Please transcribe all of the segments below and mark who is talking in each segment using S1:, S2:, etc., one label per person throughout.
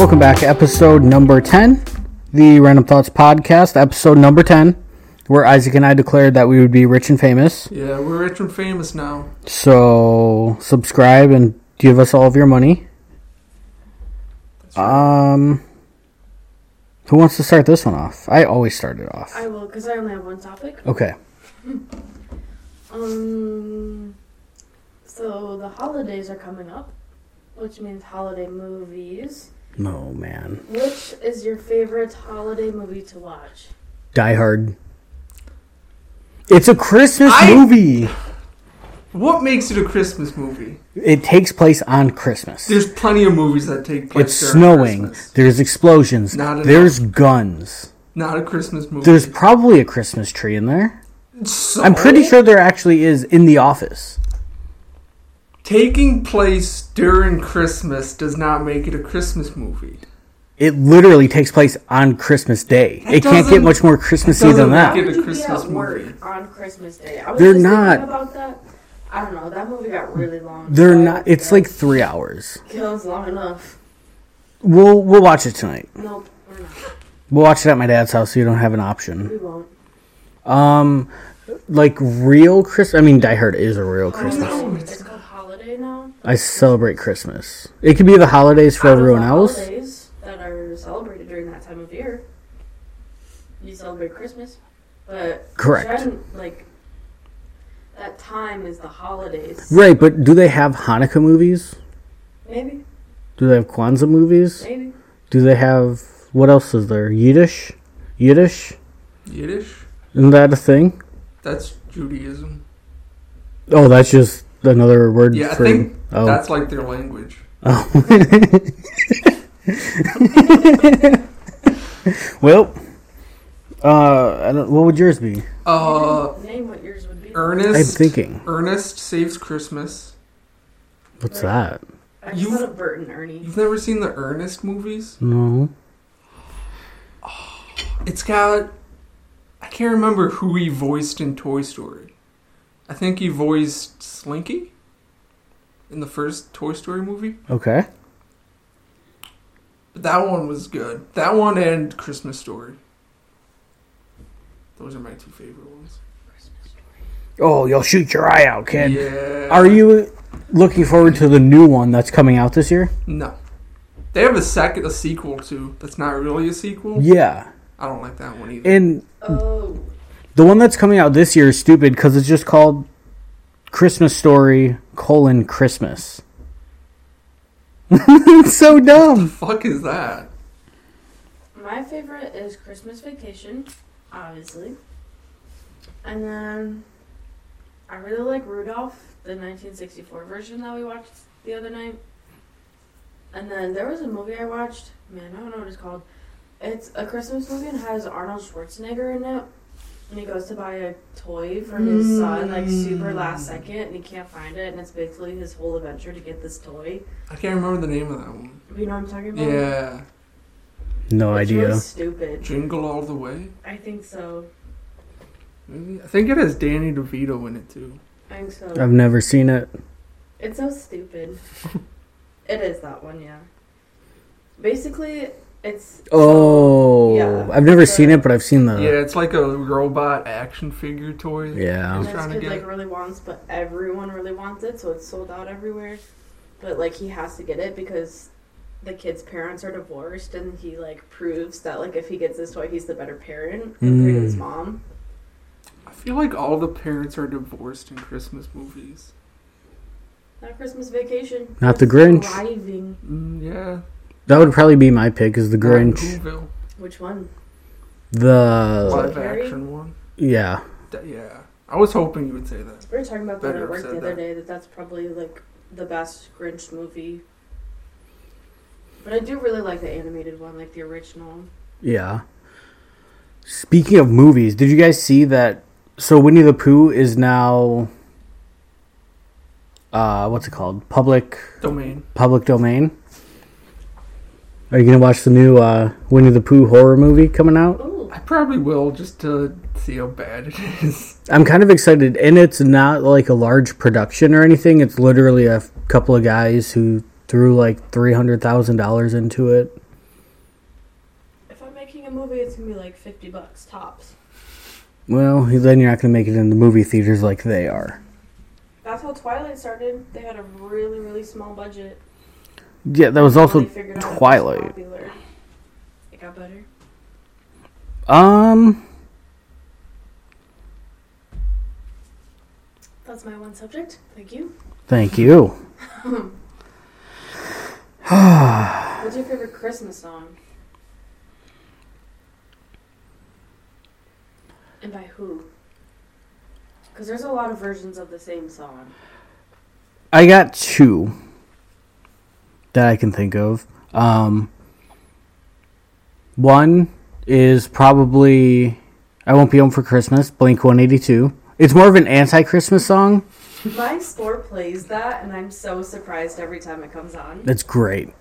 S1: Welcome back, episode number 10, the Random Thoughts Podcast, episode number 10, where Isaac and I declared that we would be rich and famous.
S2: Yeah, we're rich and famous now.
S1: So, subscribe and give us all of your money. Um, who wants to start this one off? I always start it off.
S3: I will, because I only have one topic.
S1: Okay.
S3: Um, so the holidays are coming up, which means holiday movies.
S1: No, man.
S3: Which is your favorite holiday movie to watch?
S1: Die Hard. It's a Christmas
S2: I-
S1: movie.
S2: What makes it a Christmas movie?
S1: It takes place on Christmas.
S2: There's plenty of movies that take place.
S1: it's
S2: during
S1: snowing.
S2: Christmas.
S1: There's explosions.
S2: Not enough.
S1: There's guns.
S2: Not a Christmas movie.
S1: There's probably a Christmas tree in there.
S2: So,
S1: I'm pretty sure there actually is in the office.
S2: taking place during Christmas does not make it a Christmas movie.
S1: It literally takes place on Christmas Day.
S2: That
S1: it can't get
S2: doesn't-
S1: much more Christmassy
S2: that
S1: than
S2: doesn't
S1: that.
S2: make Get a
S3: Would you be
S2: Christmas
S3: at work
S2: movie.
S3: on Christmas Day. I was
S1: They're
S3: just thinking
S1: not.
S3: about that. I don't know. That movie got really long.
S1: They're
S3: so I
S1: not.
S3: don't
S1: It's like three hours.
S3: think that was long enough.
S1: We'll we'll watch it tonight.
S3: Nope, we're not.
S1: We'll watch it at my dad's house, so you don't have an option.
S3: We won't.
S1: Um, like real Christmas. I mean, Die Hard is a real Christmas.
S3: No, it's called holiday now.
S1: I celebrate Christmas. It could be the holidays for
S3: Out of
S1: everyone
S3: the
S1: else.
S3: Holidays that are celebrated during that time of year. You celebrate Christmas, but
S1: Correct.
S3: Jen, like that time is the holidays.
S1: Right, but do they have Hanukkah movies?
S3: Maybe,
S1: Do they have Kwanzaa movies?
S3: maybe.
S1: Do they have what else is there? Yiddish, Yiddish.
S2: Yiddish?
S1: Isn't that a thing?
S2: That's Judaism.
S1: Oh, that's just another word
S2: Yeah, I
S1: for.
S2: think
S1: oh,
S2: that's like their language.
S1: oh. well, uh, I don't, what would yours be?
S2: Uh,
S3: Name what yours would be.
S1: I'm
S2: Ernest.
S1: thinking.
S2: Ernest saves Christmas.
S1: What's that?
S3: I just
S2: you-
S3: thought of Bert and Ernie.
S2: You've never seen the Ernest movies?
S1: No.
S2: It's got. I can't remember who he voiced in Toy Story. I think he voiced Slinky in the first Toy Story movie.
S1: Okay.
S2: But that one was good. That one and Christmas Story. Those are my two favorite ones.
S1: Oh, you'll shoot your eye out, kid.
S2: yeah.
S1: Are you looking forward to the new one that's coming out this year?
S2: No. They have a second, a sequel too. That's not really a sequel.
S1: Yeah.
S2: I don't like that one either.
S1: And
S3: Oh,
S1: the one that's coming out this year is stupid because it's just called Christmas Story colon Christmas. it's so dumb.
S2: Fuck is that?
S3: my favorite is Christmas Vacation, obviously, and then I really like Rudolph, the 1964 version that we watched the other night. And then there was a movie I watched. Man, I don't know what it's called. It's a Christmas movie and has Arnold Schwarzenegger in it. And he goes to buy a toy for his son, like super last
S2: Hmm.
S3: second, and he can't find it. And it's basically his whole adventure to get this toy.
S2: I can't remember the name of that one.
S3: You know what I'm talking about?
S2: Yeah.
S1: No
S3: It's
S1: idea.
S3: really stupid.
S2: Jingle All the Way.
S3: I think so.
S2: Maybe. I think it has Danny DeVito in it too.
S3: I think so.
S1: I've never seen it.
S3: It's so stupid. it is that one, yeah. Basically, it's
S1: Oh,
S3: Yeah.
S1: I've never seen it, but I've seen
S2: yeah,
S1: the.
S2: it's like a robot action figure toy.
S1: Yeah.
S2: He's
S3: And this
S2: trying to
S3: kid
S2: get
S3: like
S2: it.
S3: really wants, but everyone really wants it, so it's sold out everywhere. But like he has to get it because the kid's parents are divorced, and he like proves that like if he gets this toy, he's the better parent compared to his
S1: Mm.
S3: mom.
S2: I feel like all the parents are divorced in Christmas movies.
S3: Not Christmas vacation.
S1: Not the
S3: It's
S1: Grinch.
S3: Driving.
S2: Mm, yeah.
S1: That would probably be my pick. Is the Grinch Uh,
S2: Whoville.
S3: Which one?
S1: the?
S2: Live
S3: Carrie?
S2: action one.
S1: Yeah.
S2: D- Yeah. I was hoping you would say that.
S3: We were talking about that
S2: Better
S3: at work
S2: said
S3: the other
S2: that.
S3: day. That that's probably like the best Grinch movie. But I do really like the animated one, like the original.
S1: Yeah. Speaking of movies, did you guys see that? So Winnie the Pooh is now, uh, what's it called? Public
S2: Domain.
S1: public domain. Are you gonna watch the new uh, Winnie the Pooh horror movie coming out?
S3: Ooh,
S2: I probably will just to see how bad it is.
S1: I'm kind of excited, and it's not like a large production or anything. It's literally a couple of guys who threw like three hundred thousand dollars into it.
S3: a movie, it's gonna be like fifty bucks tops.
S1: Well, then you're not going to make it in the movie theaters like they are.
S3: That's how Twilight started. They had a really, really small budget.
S1: Yeah, that was
S3: When
S1: also
S3: they figured out it was
S1: Twilight.
S3: popular, It got better.
S1: um.
S3: That's my one subject. Thank you.
S1: Thank you.
S3: What's your favorite Christmas song? And by who? Because there's a lot of versions of the same song.
S1: I got two that I can think of. Um, one is probably "I Won't Be Home for Christmas." Blink One Eighty Two. It's more of an anti-Christmas song.
S3: My store plays that, and I'm so surprised every time it comes on.
S1: That's great.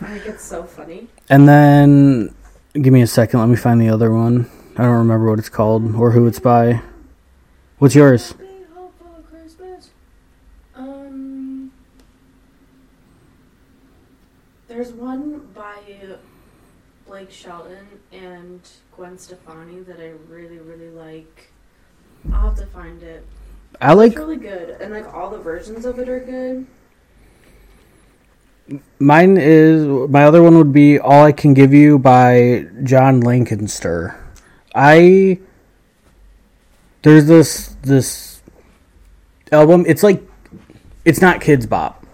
S3: Like, it's so funny.
S1: And then, give me a second. Let me find the other one. I don't remember what it's called or who it's by. What's yours?
S3: Be hopeful Christmas. Um, there's one by Blake Shelton and Gwen Stefani that I really, really like. I'll have to find it.
S1: I
S3: It's
S1: like
S3: really good, and like all the versions of it are good.
S1: mine is my other one would be "All I Can Give You" by John Lancaster. I there's this this album. It's like it's not Kids Bop,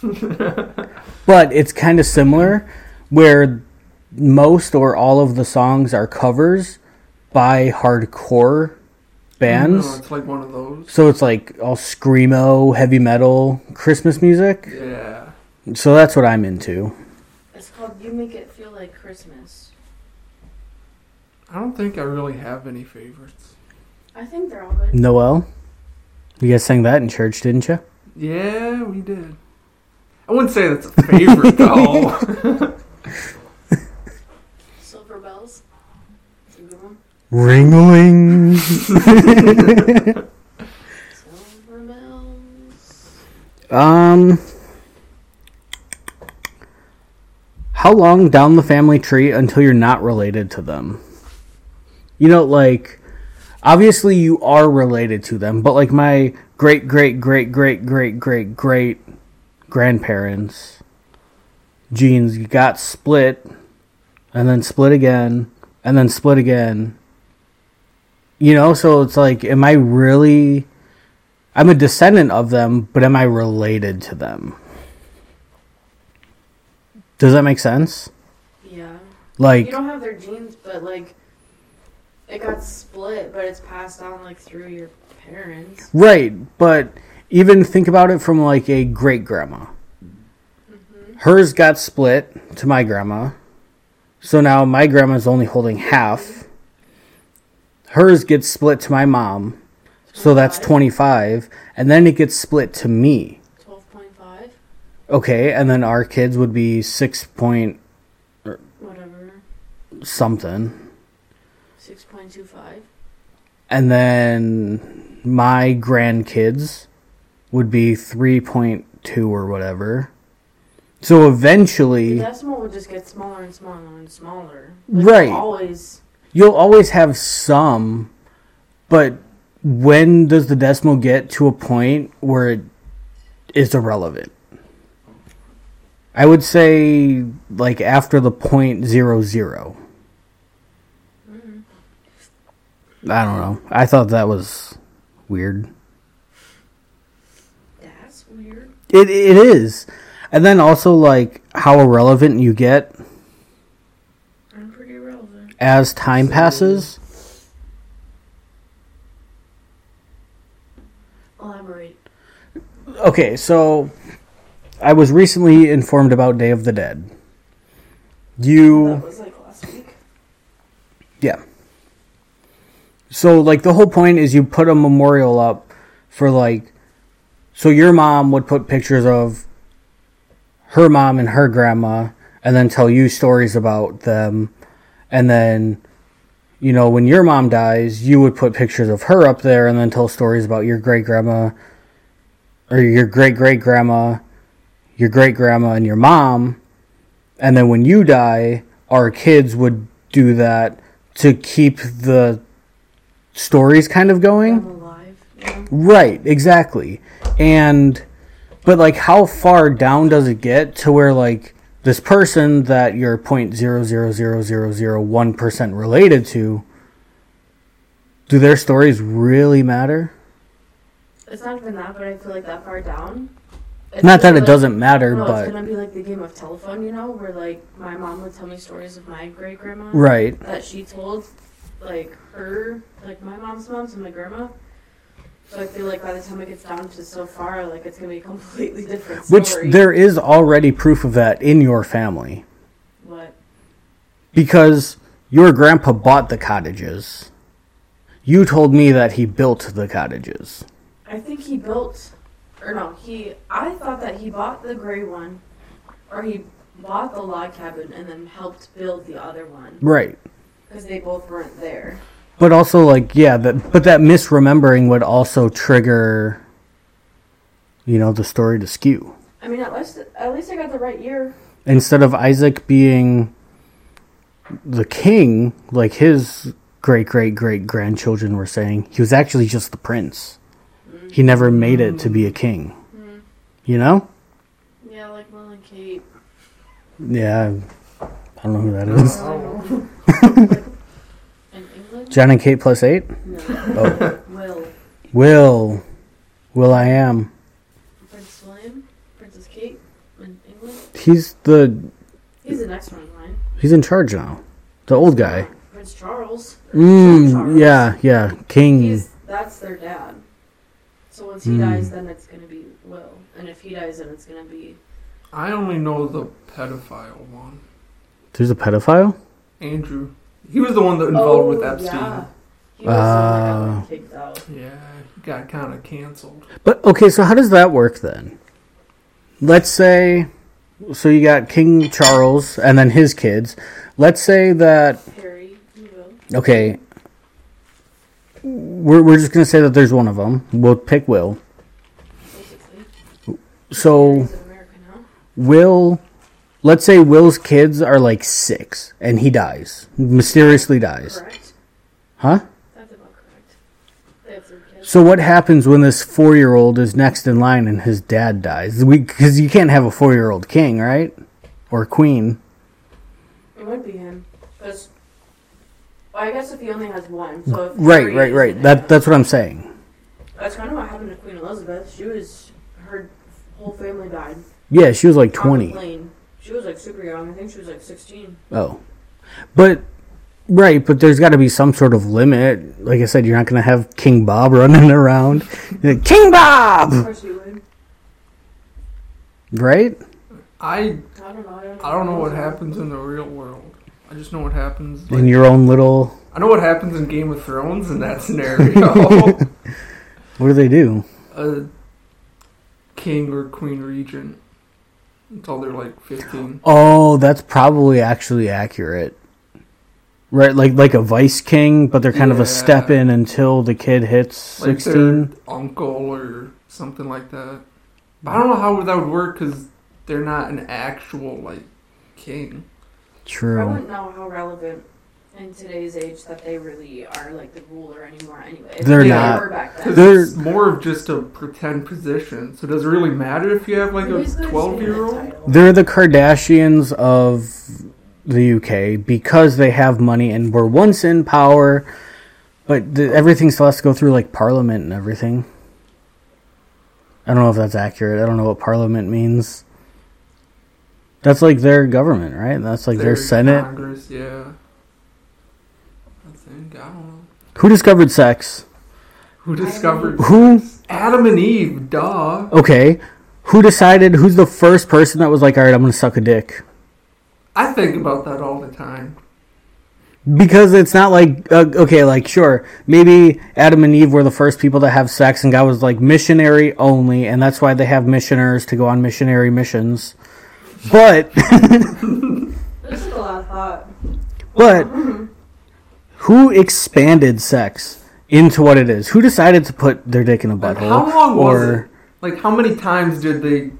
S1: but it's kind of similar, where most or all of the songs are covers by hardcore bands.
S2: No, it's like one of those.
S1: So it's like all screamo, heavy metal, Christmas music.
S2: Yeah.
S1: So that's what I'm into.
S3: It's called "You Make It Feel Like Christmas."
S2: I don't think I really have any favorites.
S3: I think they're all good.
S1: Noel, you guys sang that in church, didn't you?
S2: Yeah, we did. I wouldn't say that's a favorite though.
S3: Silver Bells. It's a good one.
S1: Ringling.
S3: Silver Bells.
S1: Um. How long down the family tree until you're not related to them? You know, like obviously you are related to them, but like my great great great great great great great grandparents genes got split and then split again and then split again. You know, so it's like am I really I'm a descendant of them, but am I related to them? Does that make sense?
S3: Yeah.
S1: Like,
S3: you don't have their genes, but like it got split, but it's passed on like through your parents.
S1: right, but even think about it from like a great grandma.
S3: Mm-hmm.
S1: Hers got split to my grandma. So now my grandma's only holding half. Hers gets split to my mom. So that's 25. And then it gets split to me.
S3: Twelve point five,
S1: Okay, and then our kids would be 6 point
S3: whatever.
S1: something.
S3: Six point two five.
S1: And then my grandkids would be 3.2 or whatever. So
S3: The
S1: eventually,
S3: decimal would just get smaller and smaller and smaller.
S1: Right.
S3: Always.
S1: you'll always have some, but when does the decimal get to a point where it is irrelevant? I would say, like, after the point zero zero. I don't know. I thought that was weird.
S3: That's weird.
S1: It it is, and then also like how irrelevant you get
S3: I'm pretty relevant.
S1: as time passes.
S3: Elaborate.
S1: Okay, so I was recently informed about Day of the Dead.
S3: That
S1: You
S3: was like last week.
S1: yeah. So like the whole point is you put a memorial up for like so your mom would put pictures of her mom and her grandma and then tell you stories about them and then you know when your mom dies you would put pictures of her up there and then tell stories about your great grandma or your great great grandma your great grandma and your mom and then when you die our kids would do that to keep the stories kind of going.
S3: I'm alive. You know?
S1: Right, exactly. And but like how far down does it get to where like this person that you're point zero zero zero zero zero one percent related to do their stories really matter?
S3: It's not even that, but I feel like that far down. it's
S1: Not that
S3: gonna
S1: it
S3: be
S1: doesn't matter,
S3: like, no, it's
S1: but
S3: gonna be like the game of telephone, you know, where like my mom would tell me stories of my great grandma
S1: right.
S3: that she told, like her, like my mom's mom, so my grandma. So I feel like by the time it gets down to so far, like it's gonna be a completely different
S1: Which
S3: story.
S1: there is already proof of that in your family
S3: What?
S1: because your grandpa bought the cottages. You told me that he built the cottages.
S3: I think he built, or no, he. I thought that he bought the gray one, or he bought the log cabin and then helped build the other one
S1: Right.
S3: because they both weren't there.
S1: But also, like, yeah, that but that misremembering would also trigger, you know, the story to skew.
S3: I mean, at least at least I got the right year.
S1: Instead of Isaac being the king, like his great great great grandchildren were saying, he was actually just the prince. He never made it to be a king. You know?
S3: Yeah, like Will and Kate.
S1: Yeah, I don't know who that is.
S2: Oh.
S3: In England?
S1: John and Kate plus eight.
S3: No.
S1: Oh,
S3: Will.
S1: Will, Will I am.
S3: Prince William? Princess Kate? In England?
S1: He's the
S3: He's the next one in line.
S1: he's in charge now. The old guy.
S3: Prince Charles.
S1: Mm, yeah, yeah. King.
S3: He's, that's their dad. So once he
S1: Mm.
S3: dies, then it's going to be Will. And if he dies, then it's going to be.
S2: I only know the pedophile one.
S1: There's a pedophile?
S2: Andrew. He was the one that involved
S3: oh,
S2: with Epstein.
S3: Yeah. He was the one that
S1: Ah.
S3: got kicked out.
S2: Yeah, he got kind of canceled.
S1: But okay, so how does that work then? Let's say so you got King Charles and then his kids. Let's say that
S3: Harry and Will.
S1: okay, we're we're just going to say that there's one of them. We'll pick Will.
S3: Basically.
S1: So
S3: He's in America now.
S1: Will let's say Will's kids are like 6 and he dies. Mysteriously dies.
S3: Correct?
S1: Huh?
S3: That's about correct. They have three kids.
S1: So what happens when this four-year-old is next in line and his dad dies? Because you can't have a four-year-old king, right? Or queen.
S3: It would be him. Because. Well, I guess if he only has one. So if
S1: Right,
S3: Harry
S1: right,
S3: is
S1: right.
S3: in
S1: That
S3: it-
S1: that's what I'm saying.
S3: That's kind of what happened to Queen Elizabeth. She was her whole family died.
S1: Yeah, she was like
S3: On the
S1: 20.
S3: plane. She was like super young. I think she was like sixteen.
S1: Oh, but right, but there's got to be some sort of limit. Like I said, you're not gonna have King Bob running around. You're like, king
S3: Of
S1: Bob,
S3: course you would.
S1: right?
S2: I
S3: I don't know. I don't,
S2: I don't know what happens in the real world. I just know what happens.
S1: In
S2: Like,
S1: your own little.
S2: I know what happens in Game of Thrones in that scenario.
S1: What do they do?
S2: a king or queen regent until they're like 15.
S1: Oh, that's probably actually accurate. Right, like like a vice king, but they're kind of
S2: Yeah.
S1: a step in until the kid hits
S2: Like
S1: sixteen.
S2: their uncle or something like that. But I don't know how that would work because they're not an actual like king.
S3: I
S1: True.
S3: wouldn't know how relevant in today's age that they really are like the ruler anymore. Anyway,
S1: They're
S3: They
S2: not.
S3: were back then.
S2: 'Cause
S1: They're-
S2: it's more of just a pretend position. So does it really matter if you have like
S3: Nobody's
S2: a
S3: gonna
S2: 12 year
S3: steal
S2: old?
S3: that title.
S1: They're the Kardashians of the UK because they have money and were once in power, but the, everything still has to go through like Parliament and everything. I don't know if that's accurate. I don't know what Parliament means. That's like their government, right? That's like their Senate.
S2: Congress, yeah. I think, I don't know.
S1: Who discovered sex?
S2: Who discovered
S1: Who?
S2: Adam and Eve, duh.
S1: Okay. Who decided? Who's the first person that was like, all right, I'm going to suck a dick?
S2: I think about that all the time.
S1: Because it's not like, uh, okay, like, sure, maybe Adam and Eve were the first people to have sex, and God was like missionary only, and that's why they have missioners to go on missionary missions. But,
S3: This is a lot of thought.
S1: but, who expanded sex into what it is? Who decided to put their dick in a
S2: Like,
S1: butthole?
S2: how long was
S1: Or-
S2: it? Like, how many times did they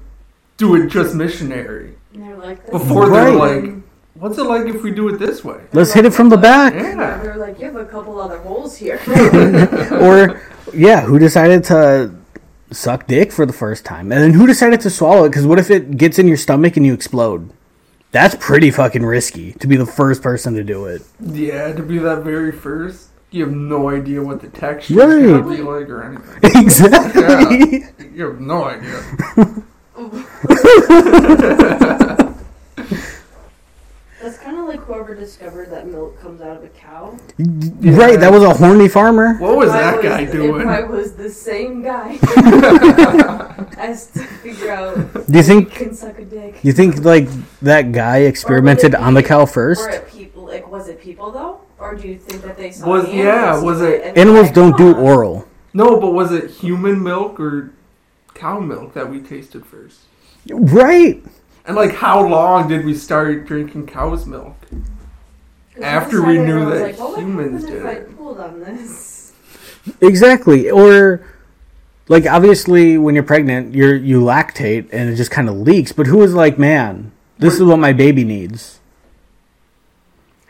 S2: do it just missionary
S3: And they're like this is
S2: before they were
S1: Right.
S2: like, What's it like if we do it this way?
S1: Let's hit it from the back.
S3: Yeah,
S2: Yeah.
S3: we were like, you have a couple other holes here.
S1: Or, yeah, who decided to suck dick for the first time? And then who decided to swallow it? Because what if it gets in your stomach and you explode? That's pretty fucking risky to be the first person to do it.
S2: Yeah, to be that very first, you have no idea what the texture is going to
S1: Right.
S2: be like or anything.
S1: exactly.
S2: You have no idea.
S3: That's kind of like whoever discovered that milk comes out of a cow.
S1: Right, that was a horny farmer.
S2: What was
S3: It
S2: that
S3: probably
S2: guy
S3: was- It
S2: doing?
S3: probably was the same guy. As to figure out if
S1: Do you
S3: you
S1: think
S3: can suck a dick.
S1: you think like that guy experimented on the cow first?
S3: Were it people? Like, was it people though, or do you think that they saw
S2: Was-
S3: the
S2: yeah,
S3: animals
S2: was
S3: do
S2: it-
S3: and
S1: Animals
S3: like,
S1: don't do
S3: huh,
S1: oral.
S2: No, but was it human milk or cow milk that we tasted first?
S1: Right.
S2: And like, how long did we start drinking cow's milk?
S3: 'cause I
S2: after we
S3: decided,
S2: knew
S3: I was
S2: that
S3: like, what would
S2: humans
S3: happen
S2: did
S3: if I
S2: it.
S3: pulled on this.
S1: Exactly. Or like obviously when you're pregnant, you're you lactate and it just kind of leaks, but who was like, "Man, this is what my baby needs."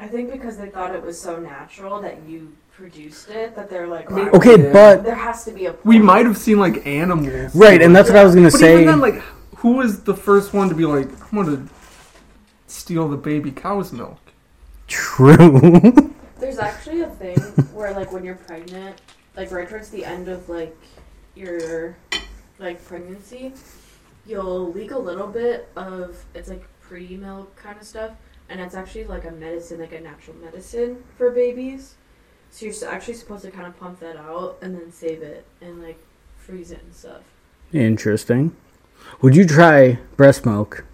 S3: I think because they thought it was so natural that you produced it that they're like,
S2: I mean,
S3: wow,
S1: Okay,
S2: Yeah.
S1: but
S3: there has to be a.
S2: We might have seen like animals.
S1: right, and that's what I was going to
S2: But
S1: say.
S2: even then, like, who was the first one to be like, I'm gonna steal the baby cow's milk?
S1: True.
S3: There's actually a thing where, like, when you're pregnant, like, right towards the end of, like, your, like, pregnancy, you'll leak a little bit of, it's like pre milk kind of stuff, and it's actually, like, a medicine, like, a natural medicine for babies. So you're s- actually supposed to kind of pump that out and then save it and, like, freeze it and stuff.
S1: Interesting. Would you try breast milk?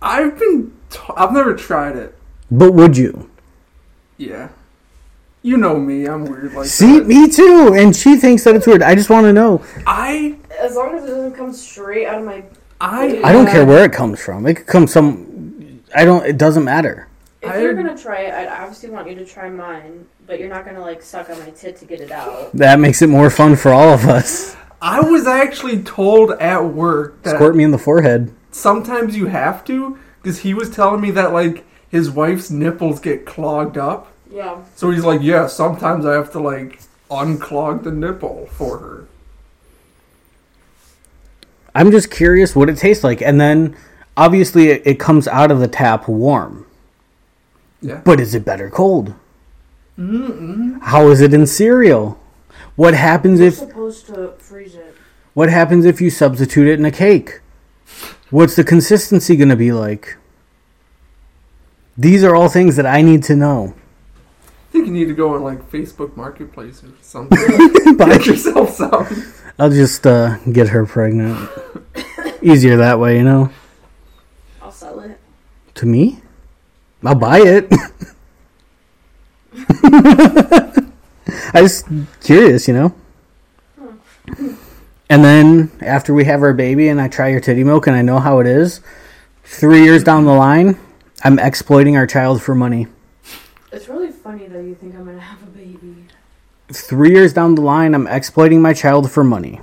S2: I've been, t- I've never tried it.
S1: But would you?
S2: Yeah, you know me, I'm weird like
S1: See,
S2: that.
S1: me too. And she thinks that it's weird. I just want to know.
S2: I,
S3: As long as it doesn't come straight out of my.
S2: I,
S1: I don't
S2: had-
S1: care where it comes from. It could come some. I don't. It doesn't matter.
S3: If
S2: I-
S3: you're gonna try it, I'd obviously want you to try mine, but you're not gonna, like, suck on my tit to get it out.
S1: That makes it more fun for all of us.
S2: I was actually told at work that
S1: Squirt me in the forehead.
S2: sometimes you have to because he was telling me that like his wife's nipples get clogged up
S3: Yeah.
S2: so he's like yeah sometimes i have to like unclog the nipple for her
S1: I'm just curious what it tastes like. And then, obviously, it, it comes out of the tap warm.
S2: yeah
S1: But is it better cold? Mm-mm. is it in cereal? What happens
S3: You're
S1: if
S3: supposed to freeze it.
S1: What happens if you substitute it in a cake? What's the consistency going to be like? These are all things that I need to know.
S2: i think you need to go on like facebook marketplace or something
S1: But
S2: get yourself some
S1: I'll just uh, get her pregnant. Easier that way, you know?
S3: I'll sell it.
S1: To me? I'll buy it. I just curious, you know? And then after we have our baby and I try your titty milk and I know how it is, three years down the line, I'm exploiting our child for money.
S3: It's really funny that you think I'm gonna have a baby.
S1: Three years down the line, I'm exploiting my child for money.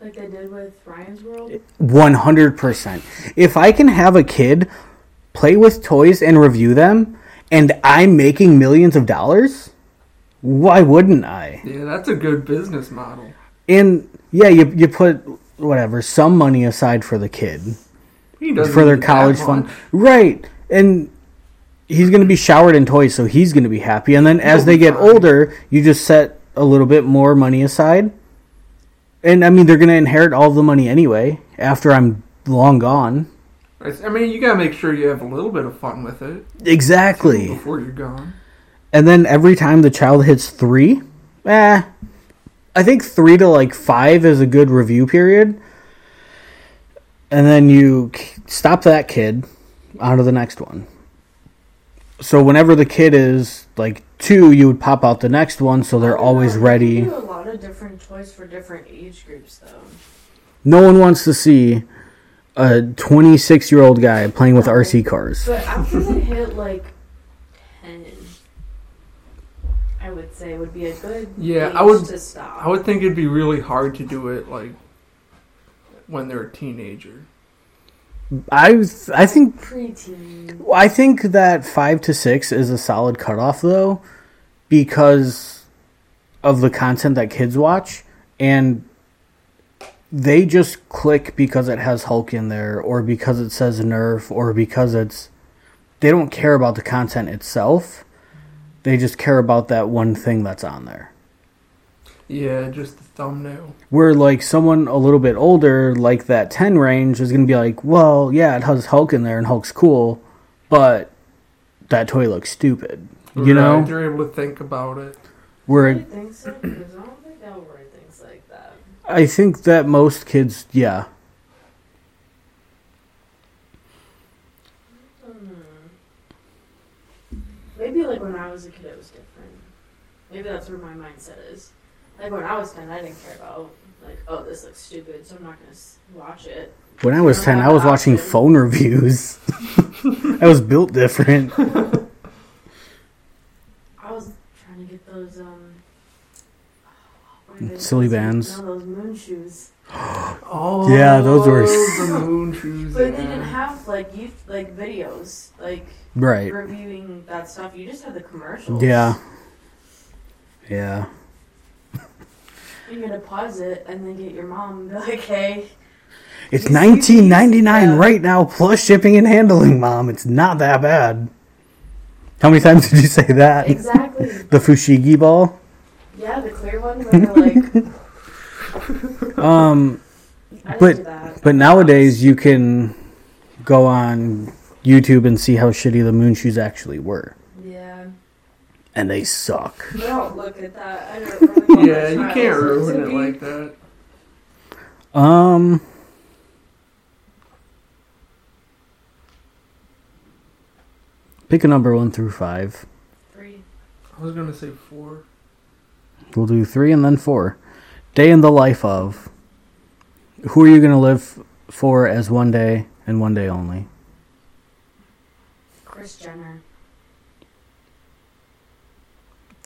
S3: Like they did with Ryan's World.
S1: 100%. If I can have a kid play with toys and review them, and I'm making millions of dollars, why wouldn't I?
S2: yeah that's a good business model
S1: And yeah, you, you put whatever, some money aside for the kid,
S2: he doesn't
S1: for their
S2: need that
S1: college
S2: much.
S1: fund. Right. And he's going to be showered in toys, so he's going to be happy. And then as
S2: He'll
S1: they
S2: be
S1: get
S2: fine.
S1: older, you just set a little bit more money aside. And I mean, they're going to inherit all the money anyway after I'm long gone.
S2: i mean you gotta make sure you have a little bit of fun with it
S1: Exactly.
S2: before you're gone
S1: And then every time the child hits three, eh, I think three to like five is a good review period. And then you k- stop that kid onto the next one. So whenever the kid is like two, you would pop out the next one so they're always ready.
S3: do a lot of different toys for different age groups, though.
S1: No one wants to see a 26 year old guy playing with RC cars.
S3: But after they hit like ten, I would say would be a good
S2: Yeah,
S3: age
S2: I would-
S3: to stop.
S2: I would think it'd be really hard to do it like when they're a teenager.
S1: I was- I think
S3: Preteen.
S1: I think that five to six is a solid cutoff though, because of the content that kids watch, and they just click because it has Hulk in there, or because it says Nerf, or because it's. They don't care about the content itself. They just care about that one thing that's on there.
S2: Yeah, just the thumbnail.
S1: Where like someone a little bit older, like that ten range, is gonna be like, well, yeah, it has Hulk in there and Hulk's cool, but that toy looks stupid. You
S2: Right,
S1: know?
S2: they're able to think about it.
S3: I
S1: Where
S3: think so, because I don't think I will write things like that.
S1: I think that most kids, yeah.
S3: Hmm. Maybe like when I was a kid, it was different. Maybe that's where my mindset is. Like when I was ten, I didn't care about like, oh, this looks stupid, so I'm not gonna s- watch it.
S1: When I was ten, I was watching phone reviews. I was built different.
S3: I was trying to get those um. what are they
S1: Mm, Silly
S3: called?
S1: bands.
S3: No, those moon shoes.
S2: Oh,
S1: Yeah, those were-
S2: the moon shoes.
S3: But they
S2: yeah.
S3: didn't have like youth like videos like
S1: Right.
S3: reviewing that stuff. You just had the commercials.
S1: Yeah. Yeah.
S3: You had to pause it and then get your mom and be like, hey.
S1: It's
S3: You see
S1: nineteen ninety nine
S3: these, uh,
S1: right now plus shipping and handling, Mom. It's not that bad. How many times did you say that?
S3: Exactly.
S1: The Fushigi ball?
S3: Yeah, the clear ones where they're like,
S1: Um,
S3: I
S1: But-
S3: did that.
S1: but nowadays you can go on YouTube and see how shitty the moon shoes actually were,
S3: Yeah.
S1: and they suck.
S3: I don't look at that. I don't really
S2: Yeah, you can't ruin it like that.
S1: Um, pick a number one through five.
S3: Three.
S2: I was gonna say four.
S1: We'll do three and then four. Day in the life of. Who are you gonna live for as one day and one day only?
S3: Chris Jenner,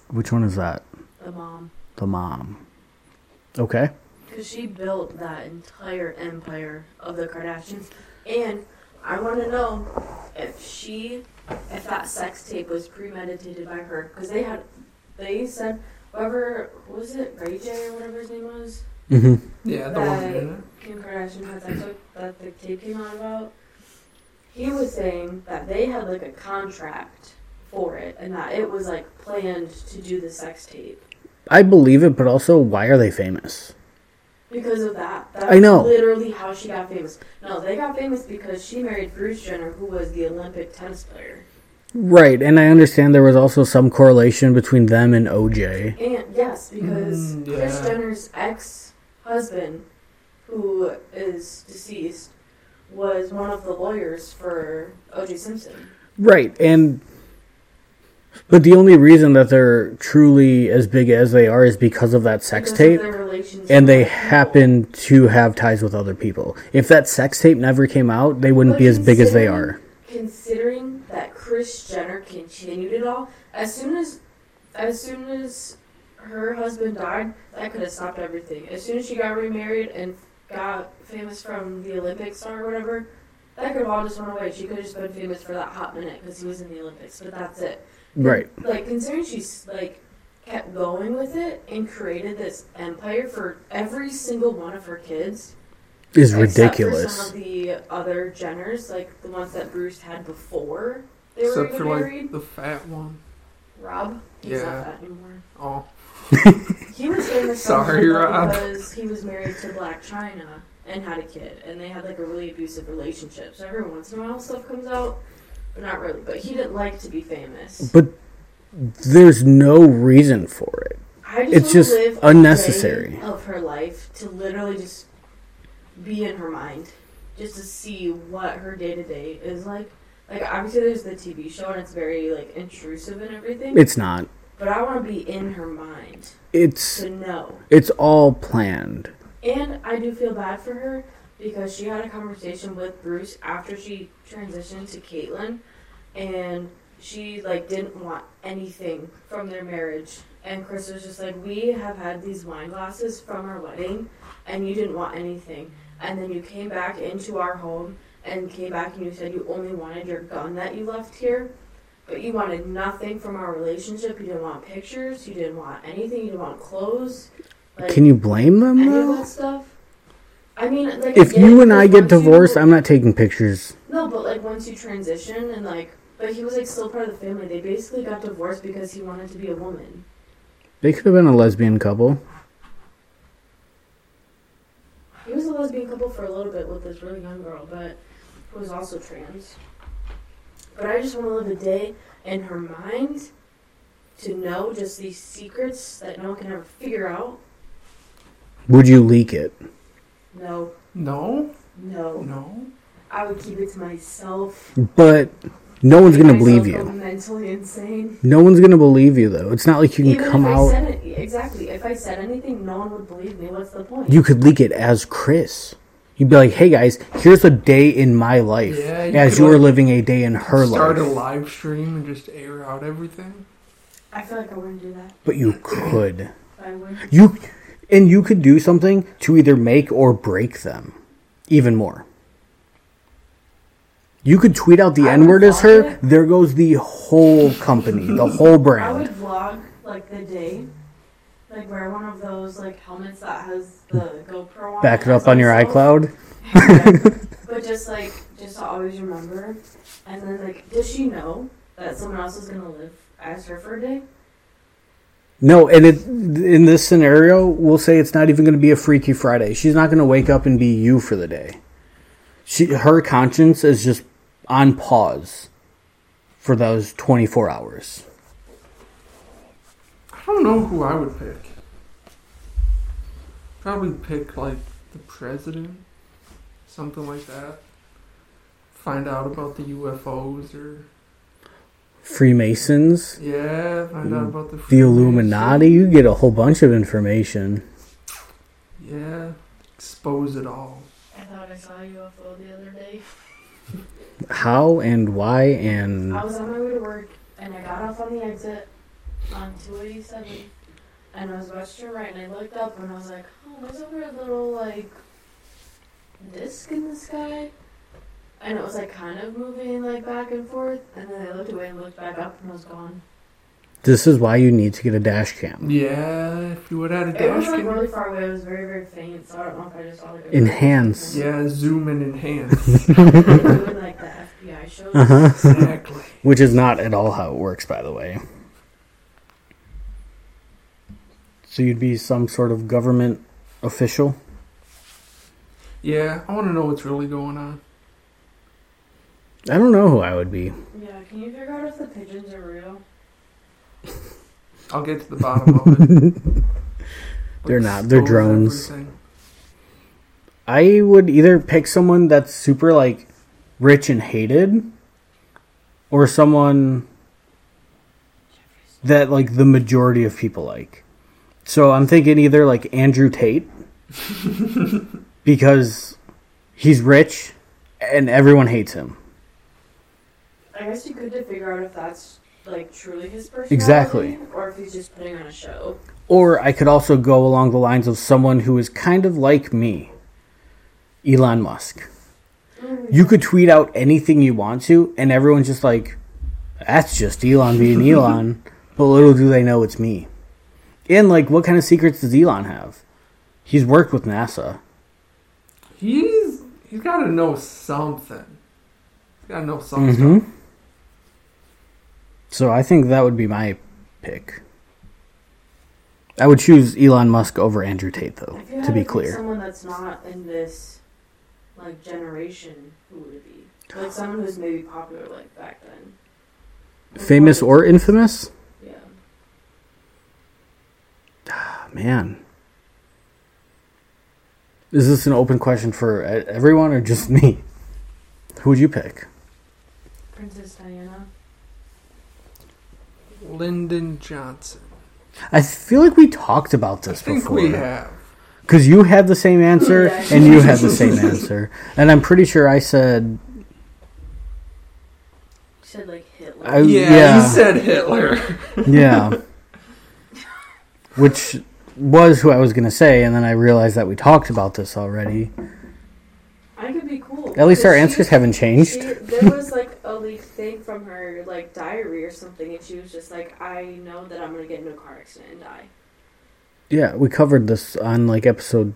S1: Which one is that?
S3: the mom.
S1: The mom. Okay.
S3: Because she built that entire empire of the Kardashians. And I want to know if she, if that sex tape was premeditated by her. Because they had, they said, whoever, was it Ray J or whatever his name was?
S1: Mm-hmm.
S2: Yeah, the
S3: Right.
S2: one in it.
S3: Kim Kardashian had that book that the tape came out about. He was saying that they had like a contract for it, and that it was like planned to do the sex tape
S1: I believe it, but also, why are they famous?
S3: because of that. That's
S1: I know.
S3: Literally, how she got famous. No, they got famous because she married Bruce Jenner, who was the Olympic tennis player.
S1: Right, and I understand there was also some correlation between them and OJ.
S3: And yes, because
S2: Mm,
S3: Chris
S2: yeah.
S3: Jenner's ex husband, who is deceased, was one of the lawyers for O.J. Simpson.
S1: Right, and but the only reason that they're truly as big as they are is because of that sex
S3: Because of
S1: tape
S3: their relations
S1: and
S3: with
S1: they
S3: other people.
S1: happen to have ties with other people. If that sex tape never came out, they wouldn't
S3: But
S1: be as big as they are.
S3: Considering that Chris Jenner continued it all, as soon as, as soon as her husband died, that could have stopped everything. As soon as she got remarried and got famous from the Olympics or whatever, that could have all just went away. She could have just been famous for that hot minute because he was in the Olympics, but that's it.
S1: Right.
S3: Like considering she's like kept going with it and created this empire for every single one of her kids
S1: Is
S3: except For
S1: ridiculous.
S3: some of the other Jenners, like the ones that Bruce had before they were
S2: Except
S3: even
S2: for
S3: married.
S2: like the fat one.
S3: Rob, he's
S2: Yeah.
S3: not that anymore.
S2: Oh,
S3: He was famous
S2: Sorry,
S3: from-
S2: Rob.
S3: because he was married to Black China and had a kid, and they had like a really abusive relationship. So every once in a while, stuff comes out, but not really. But he didn't like to be famous.
S1: But there's no reason for it.
S3: I just
S1: it's
S3: wanna
S1: just
S3: live
S1: unnecessary.
S3: A day of her life to literally just be in her mind, just to see what her day to day is like. Like obviously, there's the TV show and it's very like intrusive and everything.
S1: It's not.
S3: but I want to be in her mind
S1: It's
S3: to know.
S1: it's all planned.
S3: And I do feel bad for her because she had a conversation with Bruce after she transitioned to Caitlyn, and she like didn't want anything from their marriage. And Chris was just like, "We have had these wine glasses from our wedding, and you didn't want anything. And then you came back into our home, and came back and you said you only wanted your gun that you left here, but you wanted nothing from our relationship. You didn't want pictures. You didn't want anything. You didn't want clothes. Like,
S1: Can you blame them
S3: any of
S1: though?
S3: that stuff? I mean, like, I
S1: If
S3: get
S1: you
S3: it,
S1: and I get
S3: because once you-
S1: divorced, I'm not taking pictures.
S3: no, but like once you transition and like, but he was like still part of the family. They basically got divorced because he wanted to be a woman.
S1: They could have been a lesbian couple.
S3: He was a lesbian couple for a little bit with this really young girl, but who was also trans. But I just want to live a day in her mind to know just these secrets that no one can ever figure out.
S1: Would you leak it?
S3: No,
S2: No,
S3: no.
S2: no.
S3: I would keep it to myself.
S1: But no one's gonna
S3: Myself
S1: believe
S3: go
S1: you.
S3: Mentally insane.
S1: No one's gonna believe you though. It's not like you
S3: Even
S1: can come
S3: if I
S1: out.
S3: Said it, exactly. If I said anything, no one would believe me. What's the point?
S1: You could leak it as Chris. You'd be like, "Hey guys, here's a day in my life."
S2: Yeah, you
S1: as
S2: could,
S1: you're
S2: like,
S1: living a day in her
S2: Start
S1: life.
S2: a live stream and just air out everything.
S3: I feel like I wouldn't do that.
S1: But you could.
S3: I would.
S1: You and you could do something to either make or break them even more. You could tweet out the
S3: I
S1: N word
S3: would
S1: as her.
S3: vlog it.
S1: There goes the whole company, the whole
S3: I would
S1: brand.
S3: vlog like the day, like wear one of those like helmets that has the GoPro on.
S1: Back it
S3: that
S1: up on your
S3: has
S1: iCloud.
S3: also- but just like just to always remember, and then like, does she know that someone else is gonna live as her for a day?
S1: No, and it in this scenario, we'll say it's not even going to be a Freaky Friday. She's not going to wake up and be you for the day. She, her conscience is just on pause for those twenty four hours.
S2: I don't know who I would pick. Probably pick like the president, something like that. Find out about the UFOs or
S1: Freemasons.
S2: yeah, find out about the
S1: The
S2: Freemasons.
S1: Illuminati, you get a whole bunch of information.
S2: Yeah, expose it all.
S3: I thought I saw a UFO the other day.
S1: How and why and
S3: I was on my way to work and I got off on the exit on 287 and I was about to turn right and I looked up and I was like, oh, there's a weird little like disc in the sky. And it was like kind of moving like back and forth and then I looked away and looked back up and it was gone.
S1: this is why you need to get a dash cam.
S2: Yeah, if you would have had a
S3: It
S2: dash
S3: was like really
S2: cam.
S3: far away. It was very, very faint, so I don't know if I just saw like a.
S1: Enhance.
S2: Yeah, zoom and enhance.
S3: Doing, like the FBI shows.
S1: Uh-huh.
S2: exactly.
S1: Which is not at all how it works, by the way. So you'd be some sort of government official?
S2: Yeah, I want to know what's really going on.
S1: I don't know who I would be.
S3: Yeah, can you figure out if the pigeons are real?
S2: I'll get to the bottom of it.
S1: They're not, they're
S2: Expose
S1: drones.
S2: everything.
S1: I would either pick someone that's super like rich and hated or someone that like the majority of people like. So I'm thinking either like Andrew Tate because he's rich and everyone hates him.
S3: I guess you could to figure out if that's like truly his personality,
S1: Exactly.
S3: or if he's just putting on a show.
S1: Or I could also go along the lines of someone who is kind of like me. Elon Musk. You could tweet out anything you want to, and everyone's just like, that's just Elon being Elon. But little do they know it's me. And, like, what kind of secrets does Elon have? He's worked with NASA.
S2: He's he's got to know something. He's got to know something.
S1: hmm So I think that would be my pick. I would choose Elon Musk over Andrew Tate, though,
S3: If you had
S1: to be
S3: pick
S1: clear.
S3: someone that's not in this like generation, who would it be? Like someone who's maybe popular like back then. Like,
S1: Famous
S3: what
S1: or
S3: would-
S1: infamous?
S3: Yeah.
S1: Ah, man. Is this an open question for e- everyone or just me? Who would you pick?
S3: Princess Diana.
S2: Lyndon Johnson.
S1: I feel like we talked about
S2: I
S1: this
S2: think we
S1: before.
S2: have.
S1: Because you had the same answer
S3: Yeah.
S1: and you had the same answer. And I'm pretty sure I said,
S3: She said like Hitler.
S1: I-
S2: yeah,
S1: Uh, yeah.
S2: he said Hitler.
S1: yeah. Which was who I was going to say. And then I realized that we talked about this already.
S3: I could be cool.
S1: At least our
S3: But she-
S1: answers haven't
S3: She,
S1: changed.
S3: there was like a leaked thing from her like diary or something, and she was just like, "I know that I'm gonna get into a car accident and die."
S1: Yeah, we covered this on like episode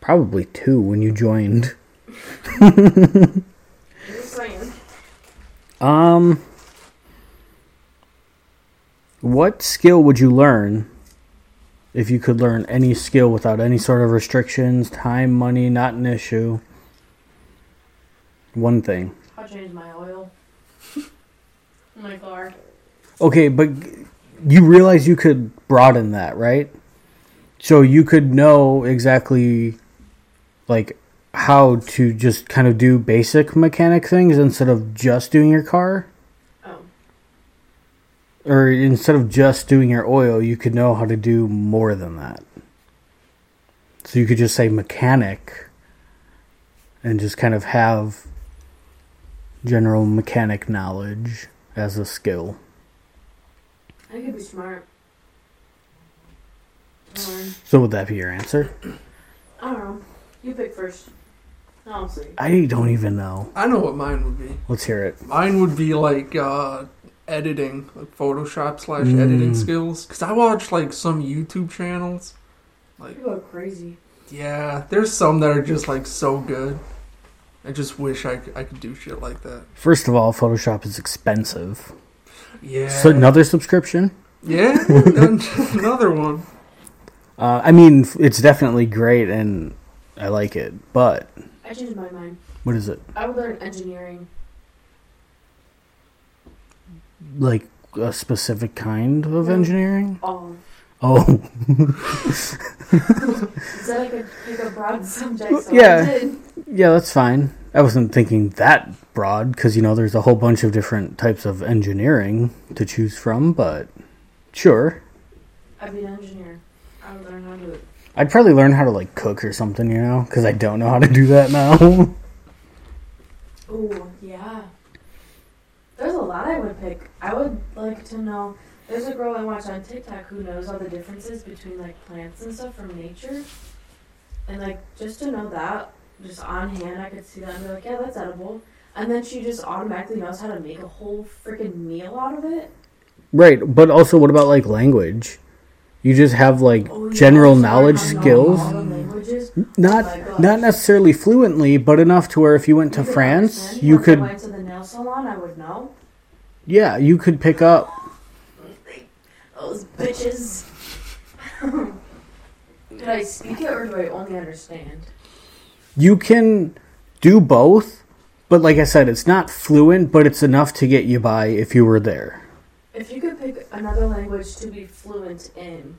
S1: probably two when you joined.
S3: I'm just saying.
S1: Um, what skill would you learn if you could learn any skill without any sort of restrictions, time, money, not an issue? One thing.
S3: I'll change my oil. my car.
S1: Okay, but you realize you could broaden that, right? So you could know exactly like how to just kind of do basic mechanic things instead of just doing your car
S3: Oh,
S1: or instead of just doing your oil, you could know how to do more than that. So you could just say mechanic and just kind of have general mechanic knowledge as a skill.
S3: I could be smart. Learn.
S1: So would that be your answer?
S3: I don't know. You pick first. Honestly.
S1: I don't even know.
S2: I know what mine would be.
S1: Let's hear it.
S2: Mine would be like uh, editing, like Photoshop slash editing
S1: Mm.
S2: skills. Because I watch like some YouTube channels. Like,
S3: People are crazy.
S2: yeah, there's some that are just like so good. I just wish I could, I could do shit like that.
S1: First of all, Photoshop is expensive.
S2: Yeah.
S1: So another subscription?
S2: yeah, then another one.
S1: Uh, I mean, f- it's definitely great and I like it, but
S3: I changed my mind.
S1: what is it?
S3: I would learn engineering.
S1: Like a specific kind of
S3: No.
S1: engineering?
S3: All.
S1: Oh,
S3: Instead, I could pick a broad subject. So
S1: Yeah.
S3: I did.
S1: yeah, that's fine. I wasn't thinking that broad because, you know, there's a whole bunch of different types of engineering to choose from, but sure.
S3: I'd be an engineer. I would learn how to do it.
S1: I'd probably learn how to, like, cook or something, you know, because I don't know how to do that now.
S3: Ooh, yeah. There's a lot I would pick. I would like to know. There's a girl I watch on TikTok who knows all the differences between like plants and stuff from nature, and like just to know that, just on hand, I could see that and be like, yeah, that's edible. And then she just automatically knows how to make a whole freaking meal out of it.
S1: right, but also, what about, like, language? You just have, like,
S3: Oh, yeah,
S1: general
S3: so I
S1: knowledge
S3: know
S1: skills.
S3: all the languages. my
S1: Not
S3: gosh.
S1: not necessarily fluently, but enough to where if you went to
S3: You could
S1: France,
S3: understand.
S1: you
S3: If I
S1: could,
S3: went to the nail salon, I would know.
S1: yeah, you could pick up
S3: Those bitches. Did I speak it or do I only understand?
S1: you can do both but like i said it's not fluent but it's enough to get you by if you were there
S3: If you could pick another language to be fluent in,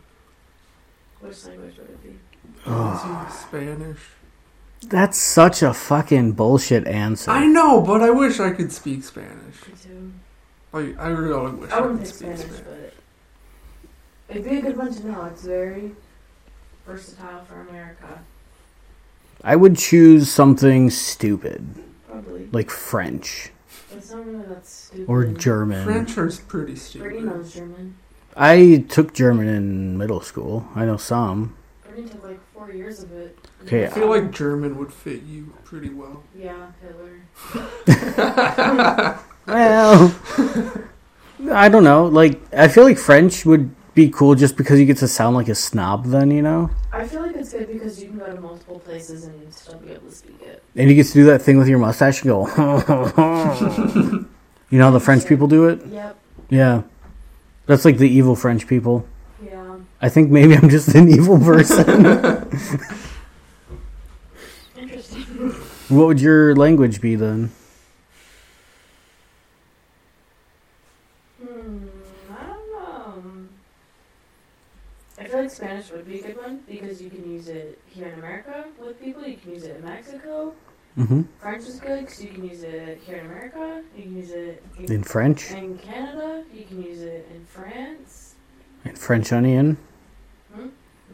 S3: which language would it be?
S1: Ah.
S2: Spanish.
S1: that's such a fucking bullshit answer
S2: I know, but I wish I could speak Spanish.
S3: Me too.
S2: Like, I really wish
S3: I
S2: I
S3: wouldn't
S2: could
S3: pick
S2: speak
S3: Spanish,
S2: Spanish.
S3: but it'd be a good one to know. It's very versatile for America,
S1: I would choose something stupid
S3: probably.
S1: like french
S3: It's not really that stupid.
S1: or german
S2: French is pretty
S3: Brittany
S2: stupid.
S3: knows German.
S1: i took german in middle school i know some
S3: Brittany took like four years of it.
S1: Okay,
S2: I feel like German would fit you pretty well.
S3: Yeah, Hitler.
S1: well i don't know like i feel like french would be cool just because you get to sound like a snob then you know
S3: I feel like it's good because you can go to multiple places and still be able to speak it.
S1: and you get to do that thing with your mustache and go you know how the french people do it
S3: Yep.
S1: Yeah. That's like the evil French people.
S3: Yeah.
S1: I think maybe I'm just an evil person.
S3: Interesting.
S1: what would your language be then?
S3: hmm. I don't know. I feel like Spanish would be a good one because you can use it here in America with people. You can use it in Mexico.
S1: hmm
S3: French is good because you can use it here in America. You can use it in,
S1: In French?
S3: in Canada. You can use it in France.
S1: In French onion?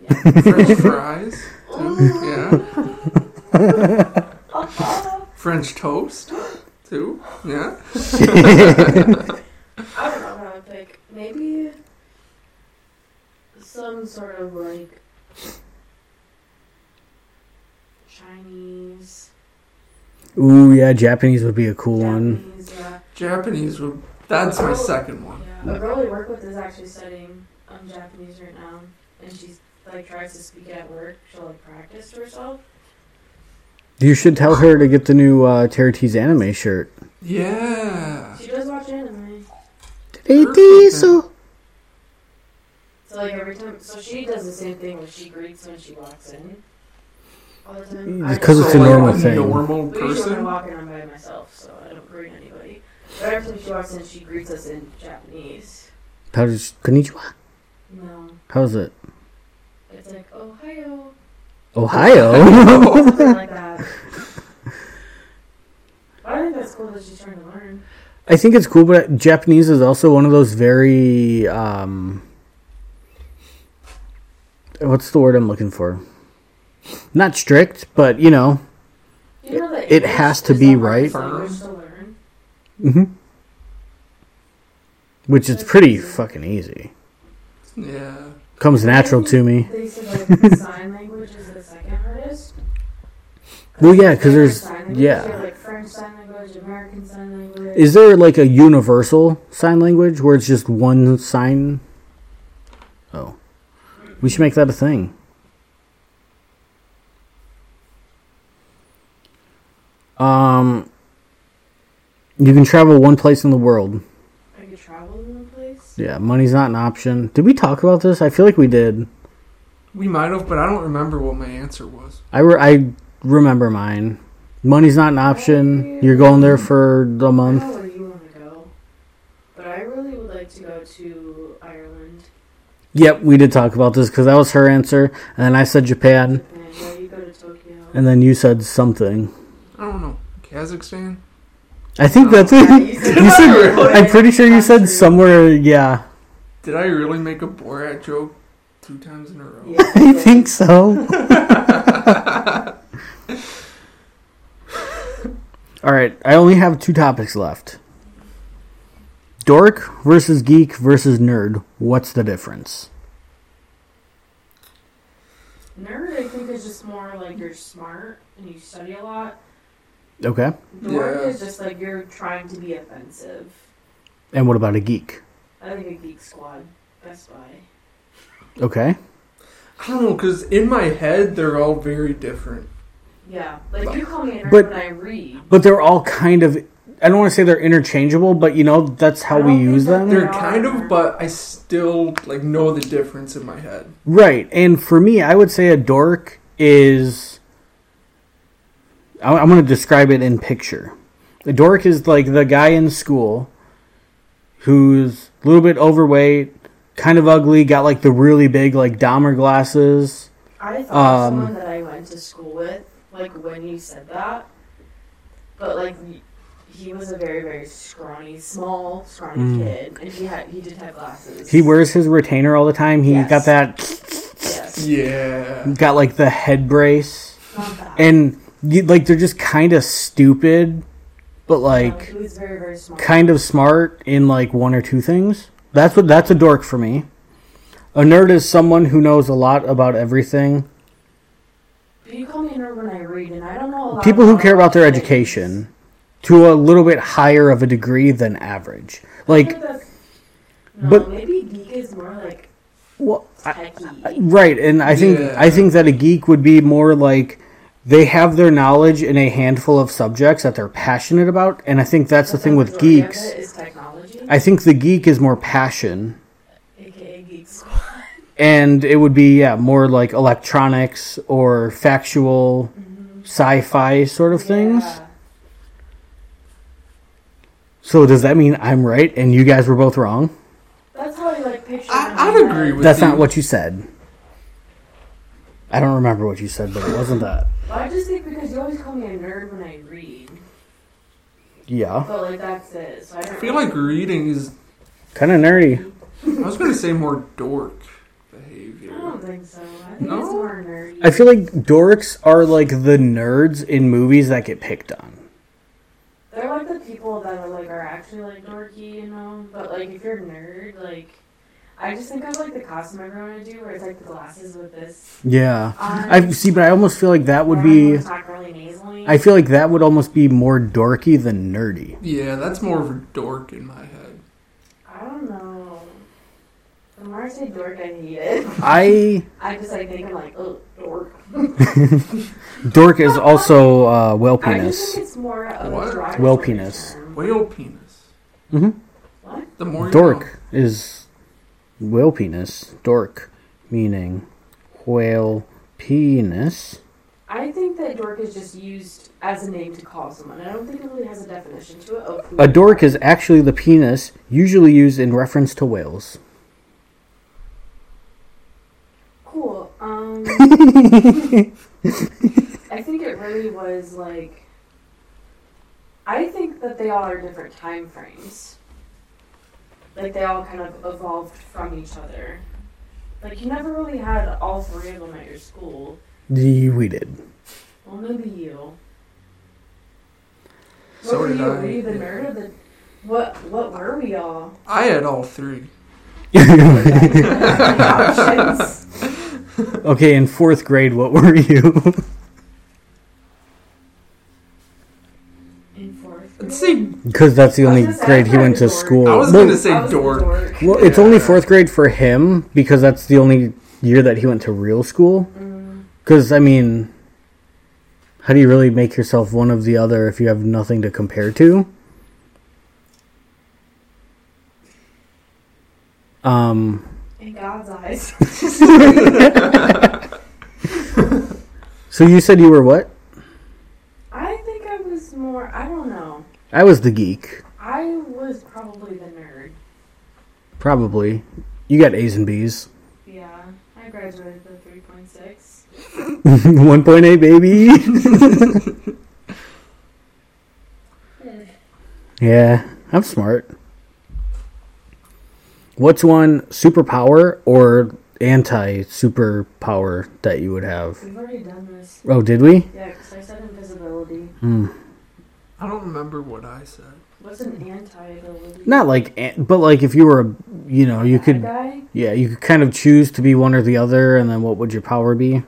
S3: Yeah.
S2: French fries.
S3: Ooh.
S2: French toast, too. Yeah.
S3: I don't know what I would pick. Maybe some sort of like Chinese.
S1: Ooh, yeah, Japanese would be a cool one.
S3: Japanese, uh,
S2: Japanese would. That's my second one.
S3: yeah. A girl we work with is actually studying um, Japanese right now, and she's like tries to speak it at work. She'll like practice to herself.
S1: You should tell her to get the new uh, Terra T's anime shirt.
S2: Yeah.
S3: She does watch anime,
S1: Teretizo.
S3: so like every time, so she does the same thing when she greets when she walks in. All the time.
S1: Yeah, 'cause
S3: I-
S1: it's a
S2: like,
S1: normal thing.
S2: Normal
S3: But usually when I'm
S2: person.
S3: walking, I'm by myself, so I don't greet anybody. But every time she walks in, she greets us in Japanese.
S1: How's konnichiwa?
S3: No,
S1: How's it?
S3: it's like Ohio,
S1: Ohio.
S3: something like that. But I think that's cool that she's trying to learn.
S1: I think it's cool, but Japanese is also one of those very um, what's the word I'm looking for? Not strict, but you know,
S3: You know that
S1: It
S3: English
S1: has to
S3: is
S1: be
S3: the hardest
S2: right.
S3: language to learn.
S1: hmm which is pretty fucking easy.
S2: Yeah.
S1: Comes natural to me.
S3: They said like sign language is the second hardest.
S1: Well, yeah, 'cause there's-
S3: Sign language,
S1: yeah.
S3: you have, like French sign language, American sign language.
S1: Is there like a universal sign language where it's just one sign? Oh, we should make that a thing. Um, you can travel one place in the world.
S3: I could travel to one place.
S1: Yeah, money's not an option. Did we talk about this? I feel like we did.
S2: We might have, but I don't remember what my answer was.
S1: I re- I remember mine. Money's not an option. You're going there for the
S3: I
S1: month.
S3: don't know where you want to go, but I really would like to go to Ireland.
S1: Yep, we did talk about this because that was her answer, and then I said Japan.
S3: Japan. Yeah, you go to Tokyo.
S1: And then you said something.
S2: I don't know. Kazakhstan?
S1: I
S3: Oh.
S1: think that's what
S3: Yeah,
S1: you, said. I'm pretty sure you said somewhere. Yeah,
S2: Did I really make a Borat joke two times in a row?
S3: Yeah,
S1: I think so. All right, I only have two topics left. Dork versus geek versus nerd. What's the difference?
S3: Nerd, I think, is just more like you're smart and you study a lot.
S1: Okay.
S3: Dork
S2: Yeah.
S3: is just like you're trying to be offensive.
S1: And what about a geek?
S3: I think a geek squad. Best Buy.
S1: Okay.
S2: I don't know, because in my head, they're all very different.
S3: Yeah, like you call me a nerd
S1: But-
S3: when I read.
S1: But they're all kind of. I don't want to say they're interchangeable, but you know that's how
S3: I
S1: we
S3: don't think
S1: use
S3: that
S1: them.
S3: they're-
S2: They're kind of, but I still, like, know the difference in my head.
S1: Right. And for me, I would say a dork is. I- I'm going to describe it in picture. A dork is like the guy in school who's a little bit overweight, kind of ugly, got like the really big, like Dahmer glasses.
S3: I thought
S1: Um,
S3: someone that I went to school with, like when you said that, but like y- he was a very very scrawny, small scrawny
S1: Mm.
S3: kid, and he had he did have glasses.
S1: He wears his retainer all the time. He
S3: Yes.
S1: got that,
S3: yes,
S2: Yeah.
S1: got like the head brace.
S3: not that.
S1: And you, like they're just kind of stupid, but
S3: No,
S1: like
S3: he was very very small.
S1: kind of smart in like one or two things. That's what that's a dork for me. A nerd is someone who knows a lot about everything.
S3: But you call me a nerd when I read, and I don't know a lot.
S1: People who
S3: about
S1: care about their
S3: things.
S1: education to a little bit higher of a degree than average.
S3: I
S1: Like,
S3: think that's- No,
S1: but-
S3: maybe geek is more like
S1: well, I,
S3: techie.
S1: I- right, and I think
S2: Yeah.
S1: I think that a geek would be more like they have their knowledge in a handful of subjects that they're passionate about, and I think that's the
S3: But
S1: thing with
S3: majority of
S1: geeks.
S3: it Is technology,
S1: I think the geek is more passion.
S3: aka geek squad.
S1: and it would be yeah more like electronics or factual sci-fi sort of things
S3: Yeah.
S1: so does that mean i'm right and you guys were both wrong
S3: That's how I like picture. them
S2: I,
S3: in
S2: I'd
S3: my
S2: agree
S3: head.
S2: with
S1: that's
S2: you.
S1: not what you said i don't remember what you said but it wasn't that
S3: Well, I just think because you always call me a nerd when I read,
S1: yeah
S3: but like that's it. So I, don't
S2: I feel like reading is.
S1: kind of nerdy
S2: I was going to say more dork
S3: I
S2: behavior.
S3: don't think so. I think
S2: No?
S3: it's more nerdy.
S1: i feel like dorks are like the nerds in movies that get picked on
S3: they're like the people that are like are actually like dorky, you know. But like if you're a nerd, like I just think of like the costume I want to do, where it's like the glasses with this.
S1: yeah
S3: on.
S1: i see but i almost feel like that would
S3: Everyone
S1: be
S3: will talk really nasally.
S1: I feel like that would almost be more dorky than nerdy.
S2: Yeah, that's more of a dork in my head.
S3: I don't know. The more I say dork, I hate it.
S1: I
S3: I just like think I'm like, oh, dork.
S1: dork is also uh, whale
S3: I just
S1: penis.
S3: think it's more of
S2: What?
S3: a derogatory
S1: Well, penis.
S3: term.
S2: Whale penis.
S1: hmm
S3: What?
S2: The more you know.
S1: Dork is whale penis. Dork meaning whale penis.
S3: I think that dork is just used as a name to call someone. I don't think it really has a definition to it. Oh, Of who
S1: A dork is actually the penis usually used in reference to whales.
S3: Cool. Um, I think it really was like. I think that they all are different time frames. Like they all kind of evolved from each other. Like you never really had all three of them at your school.
S1: Ye- We did.
S3: Well, maybe you. What
S2: So
S3: were
S2: did I.
S3: you? Were you the nerd or the? What? What were we all?
S2: I had all three.
S3: Options.
S1: Okay, in fourth grade, what were you?
S3: In fourth.
S2: I'd
S3: grade?
S2: say
S1: Because that's the
S3: I was
S1: only
S3: gonna say,
S1: grade
S3: I
S1: he went to
S3: was dork.
S1: school.
S2: I was
S1: Well-
S2: gonna say
S3: I was a
S2: dork.
S1: Well, it's only
S2: Yeah.
S1: fourth grade for him because that's the only year that he went to real school.
S3: Mm,
S1: Because I mean, how do you really make yourself one of the other if you have nothing to compare to? Um.
S3: in God's eyes.
S1: So you said you were what?
S3: I think I was more. I don't know.
S1: I was the geek,
S3: I was probably the nerd.
S1: probably. You got A's and B's.
S3: Yeah, I graduated with a 3.6.
S1: One point eight, baby. yeah, I'm smart. What's one superpower or anti superpower that you would have?
S3: We've already done this.
S1: Oh, did we?
S3: Yeah, because I said invisibility.
S1: Hmm.
S2: I don't remember what I said.
S3: What's an anti-ability?
S1: Not like, an- but like if you were a, you know, you could,
S3: Guy?
S1: yeah, you could kind of choose to be one or the other, and then what would your power be?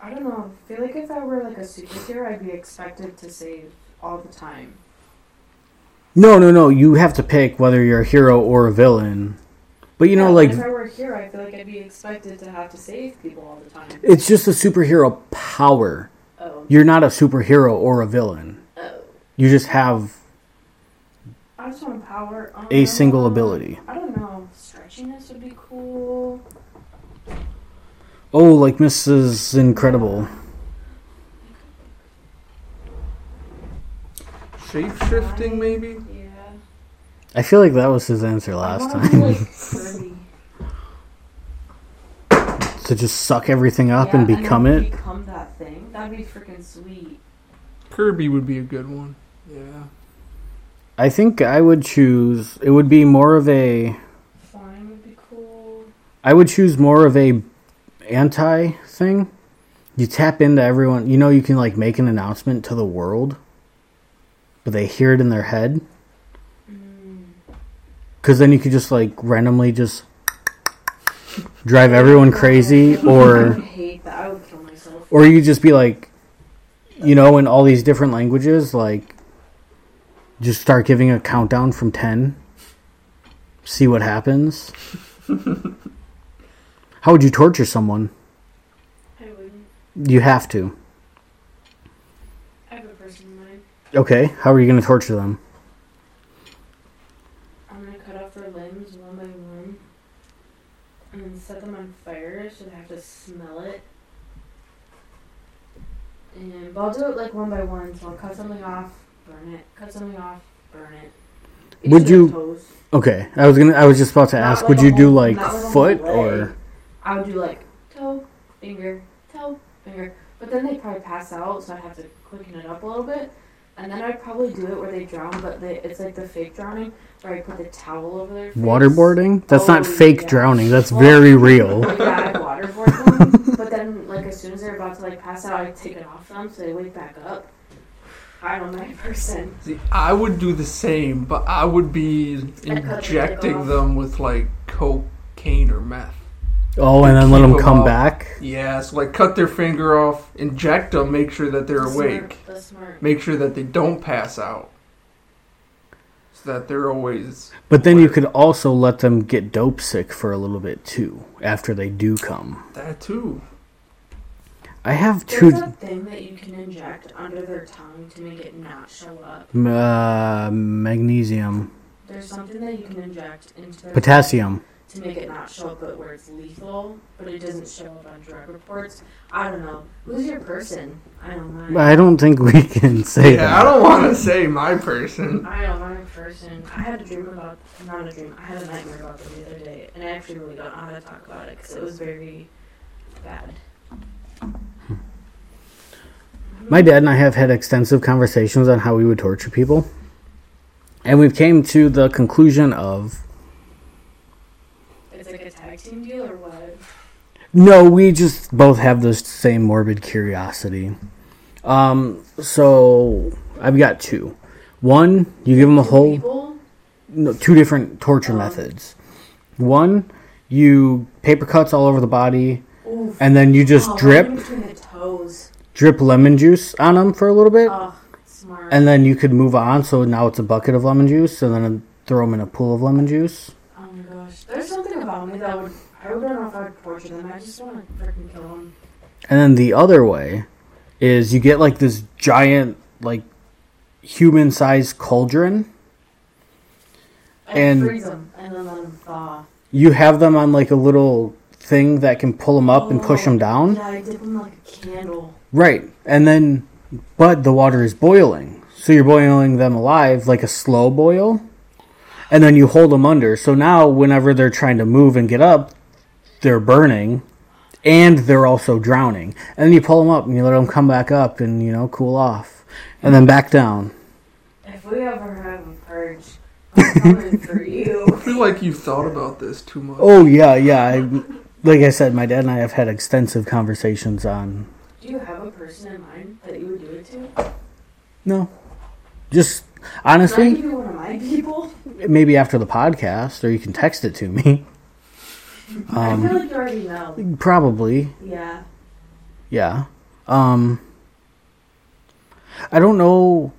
S3: I don't know. I feel like if I were like a superhero, I'd be expected to save all the time.
S1: No, no, no. You have to pick whether you're a hero or a villain. But you know,
S3: Yeah,
S1: like
S3: if I were here, I feel like I'd be expected to have to save people all the time.
S1: It's just a superhero power.
S3: Oh,
S1: You're not a superhero or a villain.
S3: oh.
S1: You just have
S3: I just want power. Um,
S1: a single ability.
S3: I don't know. Stretchiness would be cool.
S1: Oh, like Mrs. Incredible.
S2: Shape shifting, maybe.
S3: Yeah.
S1: I feel like that was his answer last
S3: I wanna be,
S1: time.
S3: like, curvy.
S1: to just suck everything up
S3: Yeah,
S1: and become
S3: then
S1: it.
S3: Become that thing. That'd be freaking sweet.
S2: Kirby would be a good one. Yeah.
S1: I think I would choose. It would be more of a.
S3: Flying would be cool.
S1: I would choose more of a anti thing. You tap into everyone. You know, you can like make an announcement to the world, but they hear it in their head.
S3: Mm.
S1: Because then you could just like randomly just drive everyone crazy,
S3: I
S1: or
S3: would hate that. I would kill myself.
S1: or you could just be like, you know, in all these different languages, like, just start giving a countdown from ten. See what happens. How would you torture someone?
S3: I wouldn't.
S1: You have to.
S3: I have a person in mind.
S1: Okay, how are you going to torture them?
S3: I'm gonna cut off their limbs one by one, and then set them on fire so they have to smell it. And but I'll do it like one by one. So I'll cut something off, burn it. Cut something off, burn it. Each
S1: Would
S3: of their
S1: you-
S3: toes.
S1: Okay, I was gonna. I was just about to
S3: Not
S1: ask.
S3: like
S1: Would
S3: a
S1: you do
S3: whole-
S1: like
S3: not like a whole
S1: foot
S3: leg.
S1: or?
S3: I would do like toe, finger, toe, finger. But then they'd probably pass out, so I'd have to quicken it up a little bit. And then I'd probably do it where they drown, but they, it's like the fake drowning, where I put the towel over their face.
S1: Waterboarding? That's
S3: Oh,
S1: not fake
S3: yeah.
S1: drowning. That's
S3: Well-
S1: very real.
S3: Yeah, I'd waterboard them. but then, like, as soon as they're about to, like, pass out, I'd take it off them so they wake back up. I don't mind person.
S2: See, I would do the same, but I would be
S3: cut the dick
S2: injecting
S3: off.
S2: them with like cocaine or meth.
S1: Oh, and then let
S2: Keep
S1: them
S2: 'em
S1: come
S2: up.
S1: back.
S2: Yeah, so like cut their finger off, inject them, make sure that they're
S3: The
S2: awake,
S3: Smart, the smart.
S2: make sure that they don't pass out, so that they're always.
S1: But then you could also let them get dope sick for a little bit too after they do come.
S2: That too.
S1: I have two.
S3: There's a thing that you can inject under their tongue to make it not show up.
S1: Uh, magnesium,
S3: There's something that you can inject into their
S1: potassium.
S3: to make it not show up but where it's lethal, but it doesn't show up on drug reports. I don't know. Who's your person? I don't know.
S1: I don't think we can say
S2: yeah,
S1: that.
S2: I don't want to say my person.
S3: I don't know my person. I had a dream about, not a dream, I had a nightmare about them the other day, and I actually really don't know how to talk about it because it was very bad.
S1: My dad and I have had extensive conversations on how we would torture people. And we've came to the conclusion of
S3: It's like a tag team deal or what?
S1: no, we just both have the same morbid curiosity. Um, so I've got two. One, you give them a whole
S3: People?
S1: no, two different torture
S3: Oh.
S1: methods. One, you paper cuts all over the body,
S3: Oof.
S1: and then you just
S3: Oh, right
S1: drip
S3: in Between the toes.
S1: drip lemon juice on them for a little bit,
S3: Oh, smart.
S1: and then you could move on. So now it's a bucket of lemon juice, and then throw them in a pool of lemon juice.
S3: oh my gosh. There's something about me that would, I would not know if I would torture them. I just want to freaking kill them.
S1: And then the other way is you get like this giant, like human sized cauldron.
S3: and
S1: And-
S3: freeze them and then let them thaw.
S1: You have them on like a little thing that can pull them up and push
S3: Oh.
S1: them down.
S3: Yeah, I dip them like a candle.
S1: Right. And then, but the water is boiling. So you're boiling them alive like a slow boil. And then you hold them under. So now, whenever they're trying to move and get up, they're burning and they're also drowning. And then you pull them up and you let them come back up and, you know, cool off. And then back down.
S3: If we ever have a purge, I'm coming for
S2: I
S3: you.
S2: feel like you've thought about this too much.
S1: Oh, yeah, yeah. I, like I said, my dad and I have had extensive conversations on.
S3: Do you have a person in mind that you would do it to?
S1: No. Just
S3: Can I give
S1: honestly,
S3: you one of my people?
S1: maybe after the podcast, or you can text it to me. um,
S3: I feel like you already know.
S1: Probably.
S3: Yeah.
S1: Yeah. Um I don't know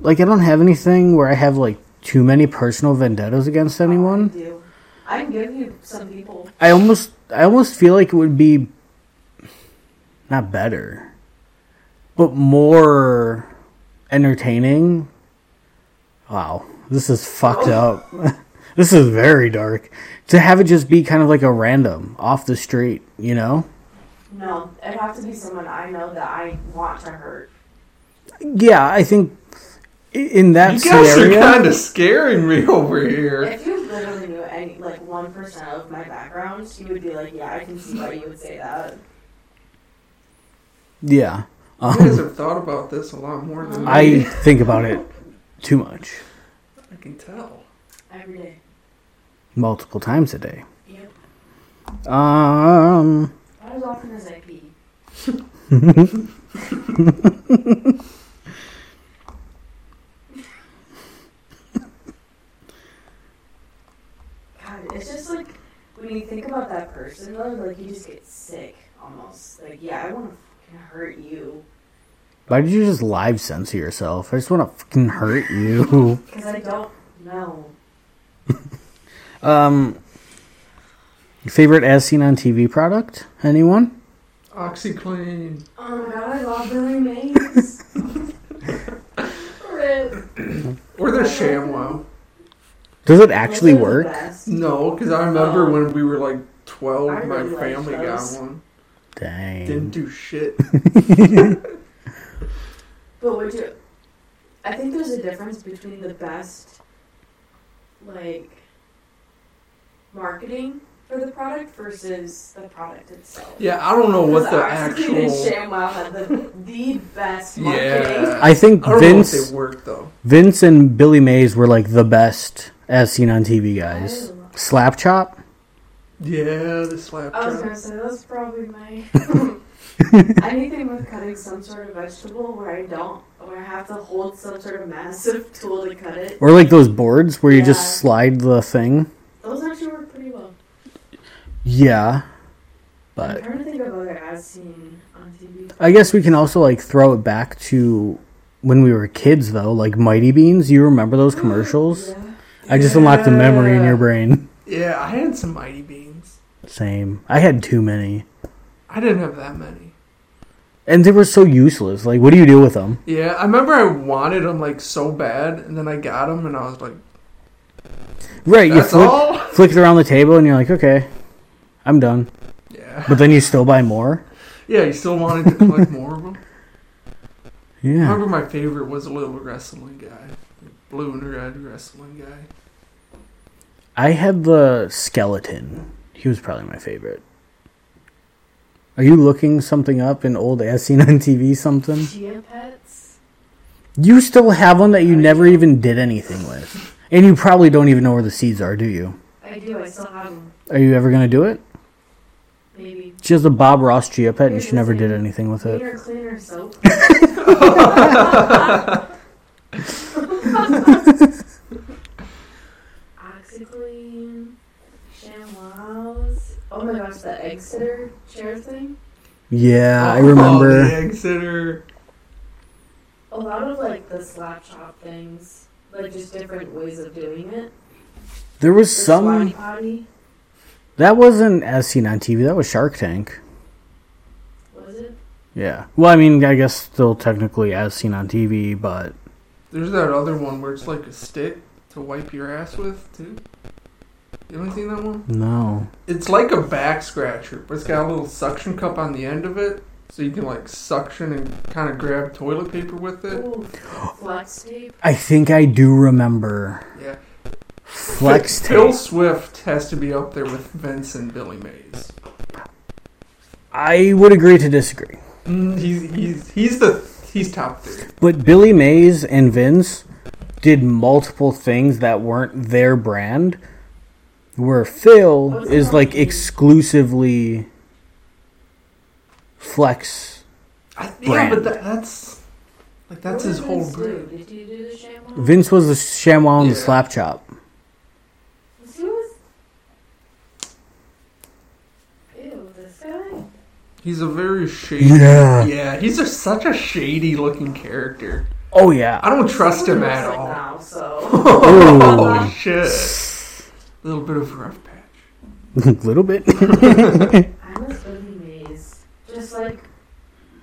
S1: like I don't have anything where I have like too many personal vendettas against
S3: I
S1: anyone.
S3: do. I can give you some people.
S1: I almost I almost feel like it would be not better but more entertaining. Wow. This is fucked
S2: Oh.
S1: up. this is very dark. To have it just be kind of like a random off the street, you know?
S3: No, it'd have to be someone I know that I want to hurt.
S1: Yeah, I think i- in that
S2: you guys
S1: scenario,
S2: are kind of scaring me over here.
S3: If you literally knew any, like, 1% of my background, you would be like, yeah, I can see why you would say that.
S1: yeah,
S2: You
S1: um,
S2: guys have thought about this a lot more than me.
S1: I think about it too much,
S2: I can tell.
S3: Every day.
S1: multiple times a day.
S3: Yep.
S1: Um,
S3: Not as often as I pee. God, it's just like when you think about that person, though, like you just get sick almost. Like, yeah, I want to fucking hurt you
S1: why did you just live censor yourself? I just want to fucking hurt you.
S3: because I don't know.
S1: Um, favorite as seen on TV product? Anyone?
S2: OxyClean.
S3: Oh my god, I love Billy Mays. Rip.
S2: Or the ShamWow.
S1: Does it actually
S3: Those are the
S1: work?
S3: best.
S2: No, because I remember
S3: Oh.
S2: when we were like 12,
S3: I really
S2: my
S3: like
S2: family
S3: those.
S2: got one. Didn't
S1: Dang.
S2: do shit.
S3: But would you? I think there's a difference between the best, like, marketing for the product versus the product itself.
S2: Yeah, I don't know what the
S3: Oxygen and
S2: actual.
S3: ShamWow had the, the best marketing.
S2: Yeah.
S1: I think
S2: I don't know if
S1: Vince,
S2: they work though.
S1: Vince, and Billy Mays were like the best as seen on TV guys.
S3: Oh.
S1: Slap chop.
S2: Yeah, the slap
S3: I was
S2: chop.
S3: gonna say that's probably my anything with cutting some sort of vegetable where I don't where I have to hold some sort of massive tool to cut it.
S1: Or like those boards where you
S3: Yeah.
S1: just slide the thing.
S3: Those actually work pretty well.
S1: Yeah.
S3: I'm
S1: But
S3: trying to think of other ads seen on TV.
S1: I guess we can also like throw it back to when we were kids though, like Mighty Beans. You remember those commercials?
S3: Yeah.
S1: I just unlocked a memory in
S2: Yeah.
S1: your brain.
S2: Yeah, I had some mighty beans.
S1: Same. I had too many.
S2: I didn't have that many.
S1: And they were so useless. Like, what do you do with them?
S2: Yeah, I remember I wanted them like so bad, and then I got them, and I was like,
S1: Right,
S2: "That's
S1: you flick,
S2: all."
S1: flick it around the table and you're like, okay, I'm done.
S2: Yeah,
S1: But then you still buy more?
S2: yeah. You still wanted to collect more of them. I
S1: Yeah.
S2: remember my favorite was a little wrestling guy, blue and red wrestling guy.
S1: I had the skeleton. He was probably my favorite. Are you looking something up in old as seen on TV something?
S3: Chia Pets.
S1: You still have one that you never even did anything with. And you probably don't even know where the seeds are, do you?
S3: I do. I still have them.
S1: Are you ever going to do it?
S3: Maybe.
S1: She has the Bob Ross Geopet and she never did anything with it.
S3: Cleaner, cleaner soap. OxyClean, ShamWows. Oh my gosh, the egg sitter chair thing.
S1: Yeah, Uh, I
S2: Oh,
S1: remember.
S2: the egg sitter.
S3: A lot of like the slap chop things, like just different ways of doing it.
S1: There was
S3: The
S1: some.
S3: squatty potty
S1: That wasn't as seen on TV. That was Shark Tank.
S3: was it?
S1: Yeah. Well, I mean, I guess still technically as seen on TV, but
S2: There's that other one where it's like a stick to wipe your ass with too. You haven't seen that one?
S1: no.
S2: It's like a back scratcher, but it's got a little suction cup on the end of it, so you can like suction and kind of grab toilet paper with it.
S3: Ooh, flex tape.
S1: I think I do remember
S2: Yeah.
S1: Flex
S2: Bill
S1: Tape.
S2: Swift has to be up there with Vince and Billy Mays.
S1: I would agree to disagree.
S2: Mm, he's he's he's the he's top three.
S1: But Billy Mays and Vince did multiple things that weren't their brand, where Phil is like exclusively Flex.
S2: I, yeah,
S1: Brand.
S2: but that, that's like that's
S3: What
S2: his
S3: did
S2: whole
S3: Vince
S2: brand.
S3: Do? Did he do the ShamWows?
S1: Vince was the ShamWow and the
S2: Yeah.
S1: Slap Chop.
S3: He was. Ew, this guy.
S2: He's a very shady.
S1: Yeah.
S2: Yeah, he's a, such a shady looking character.
S1: Oh yeah.
S2: I don't trust him
S3: Looks
S2: at
S3: like
S2: all.
S3: Now, so.
S2: Oh shit! A little bit of rough patch.
S1: A little bit.
S3: I was really amazed. Just like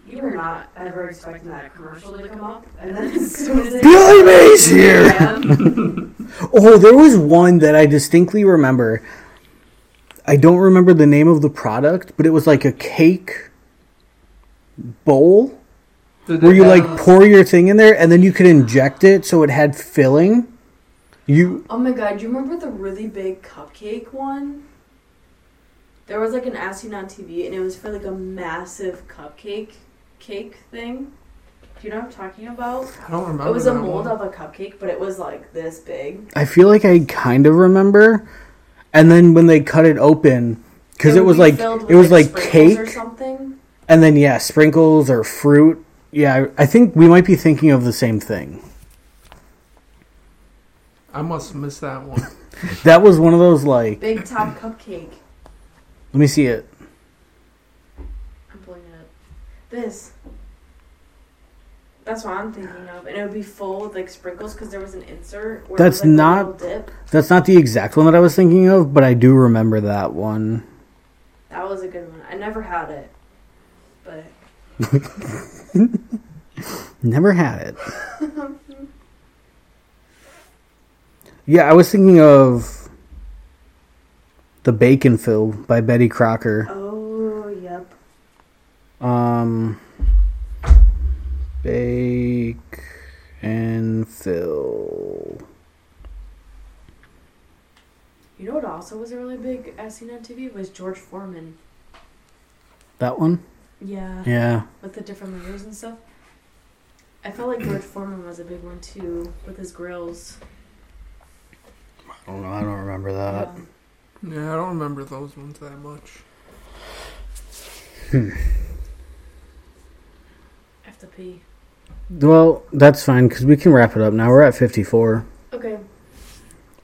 S3: you were not ever expecting that commercial to come up, and then as soon as it
S1: Billy Mays here.
S3: Yeah.
S1: Oh, there was one that I distinctly remember. I don't remember the name of the product, but it was like a cake bowl
S2: Did
S1: where
S2: they
S1: you
S2: have-
S1: like pour your thing in there and then you could inject it so it had filling. You
S3: Oh my god, do you remember the really big cupcake one? There was like an As Seen on TV, and it was for like a massive cupcake cake thing. Do you know what I'm talking about?
S2: I don't remember.
S3: It was a
S2: that
S3: mold
S2: one.
S3: of a cupcake, but it was like this big.
S1: I feel like I kind of remember. And then when they cut it open cuz it
S3: would
S1: was
S3: be
S1: like
S3: filled with,
S1: it was like
S3: sprinkles or
S1: cake
S3: something.
S1: and then yeah, sprinkles or fruit. Yeah, I I think we might be thinking of the same thing.
S2: I must have missed that one.
S1: That was one of those like
S3: Big top cupcake.
S1: let me see it.
S3: I'm pulling it up. This. That's what I'm thinking of, and it would be full with like sprinkles because there was an insert. Where it
S1: That's
S3: was, like, a
S1: not-
S3: little dip.
S1: That's not the exact one that I was thinking of, but I do remember that one.
S3: That was a good one. I never had it, but
S1: Never had it. yeah, I was thinking of The Bacon Fill by Betty Crocker.
S3: oh yep.
S1: Um Bake and Fill.
S3: You know what also was a really big as seen on TV was George Foreman.
S1: That one?
S3: Yeah,
S1: Yeah.
S3: with the different layers and stuff. I felt like George Foreman was a big one too with his grills.
S1: I don't know, I don't remember that.
S3: Yeah.
S2: yeah, I don't remember those ones that much.
S3: I have to pee.
S1: Well, that's fine cuz we can wrap it up now. We're at 54.
S3: Okay.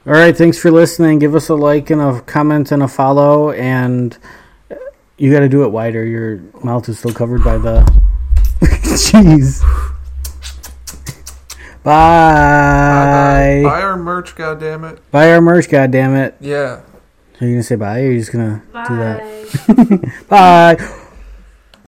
S1: All right, thanks for listening. Give us a like and a comment and a follow and You got to do it wider. Your mouth is still covered by the. Jeez.
S2: Bye.
S1: Bye.
S2: Buy our merch, goddammit.
S1: Buy our merch, goddammit.
S2: Yeah.
S1: Are you gonna say bye, or are you just gonna do that?
S3: Bye.
S1: Bye.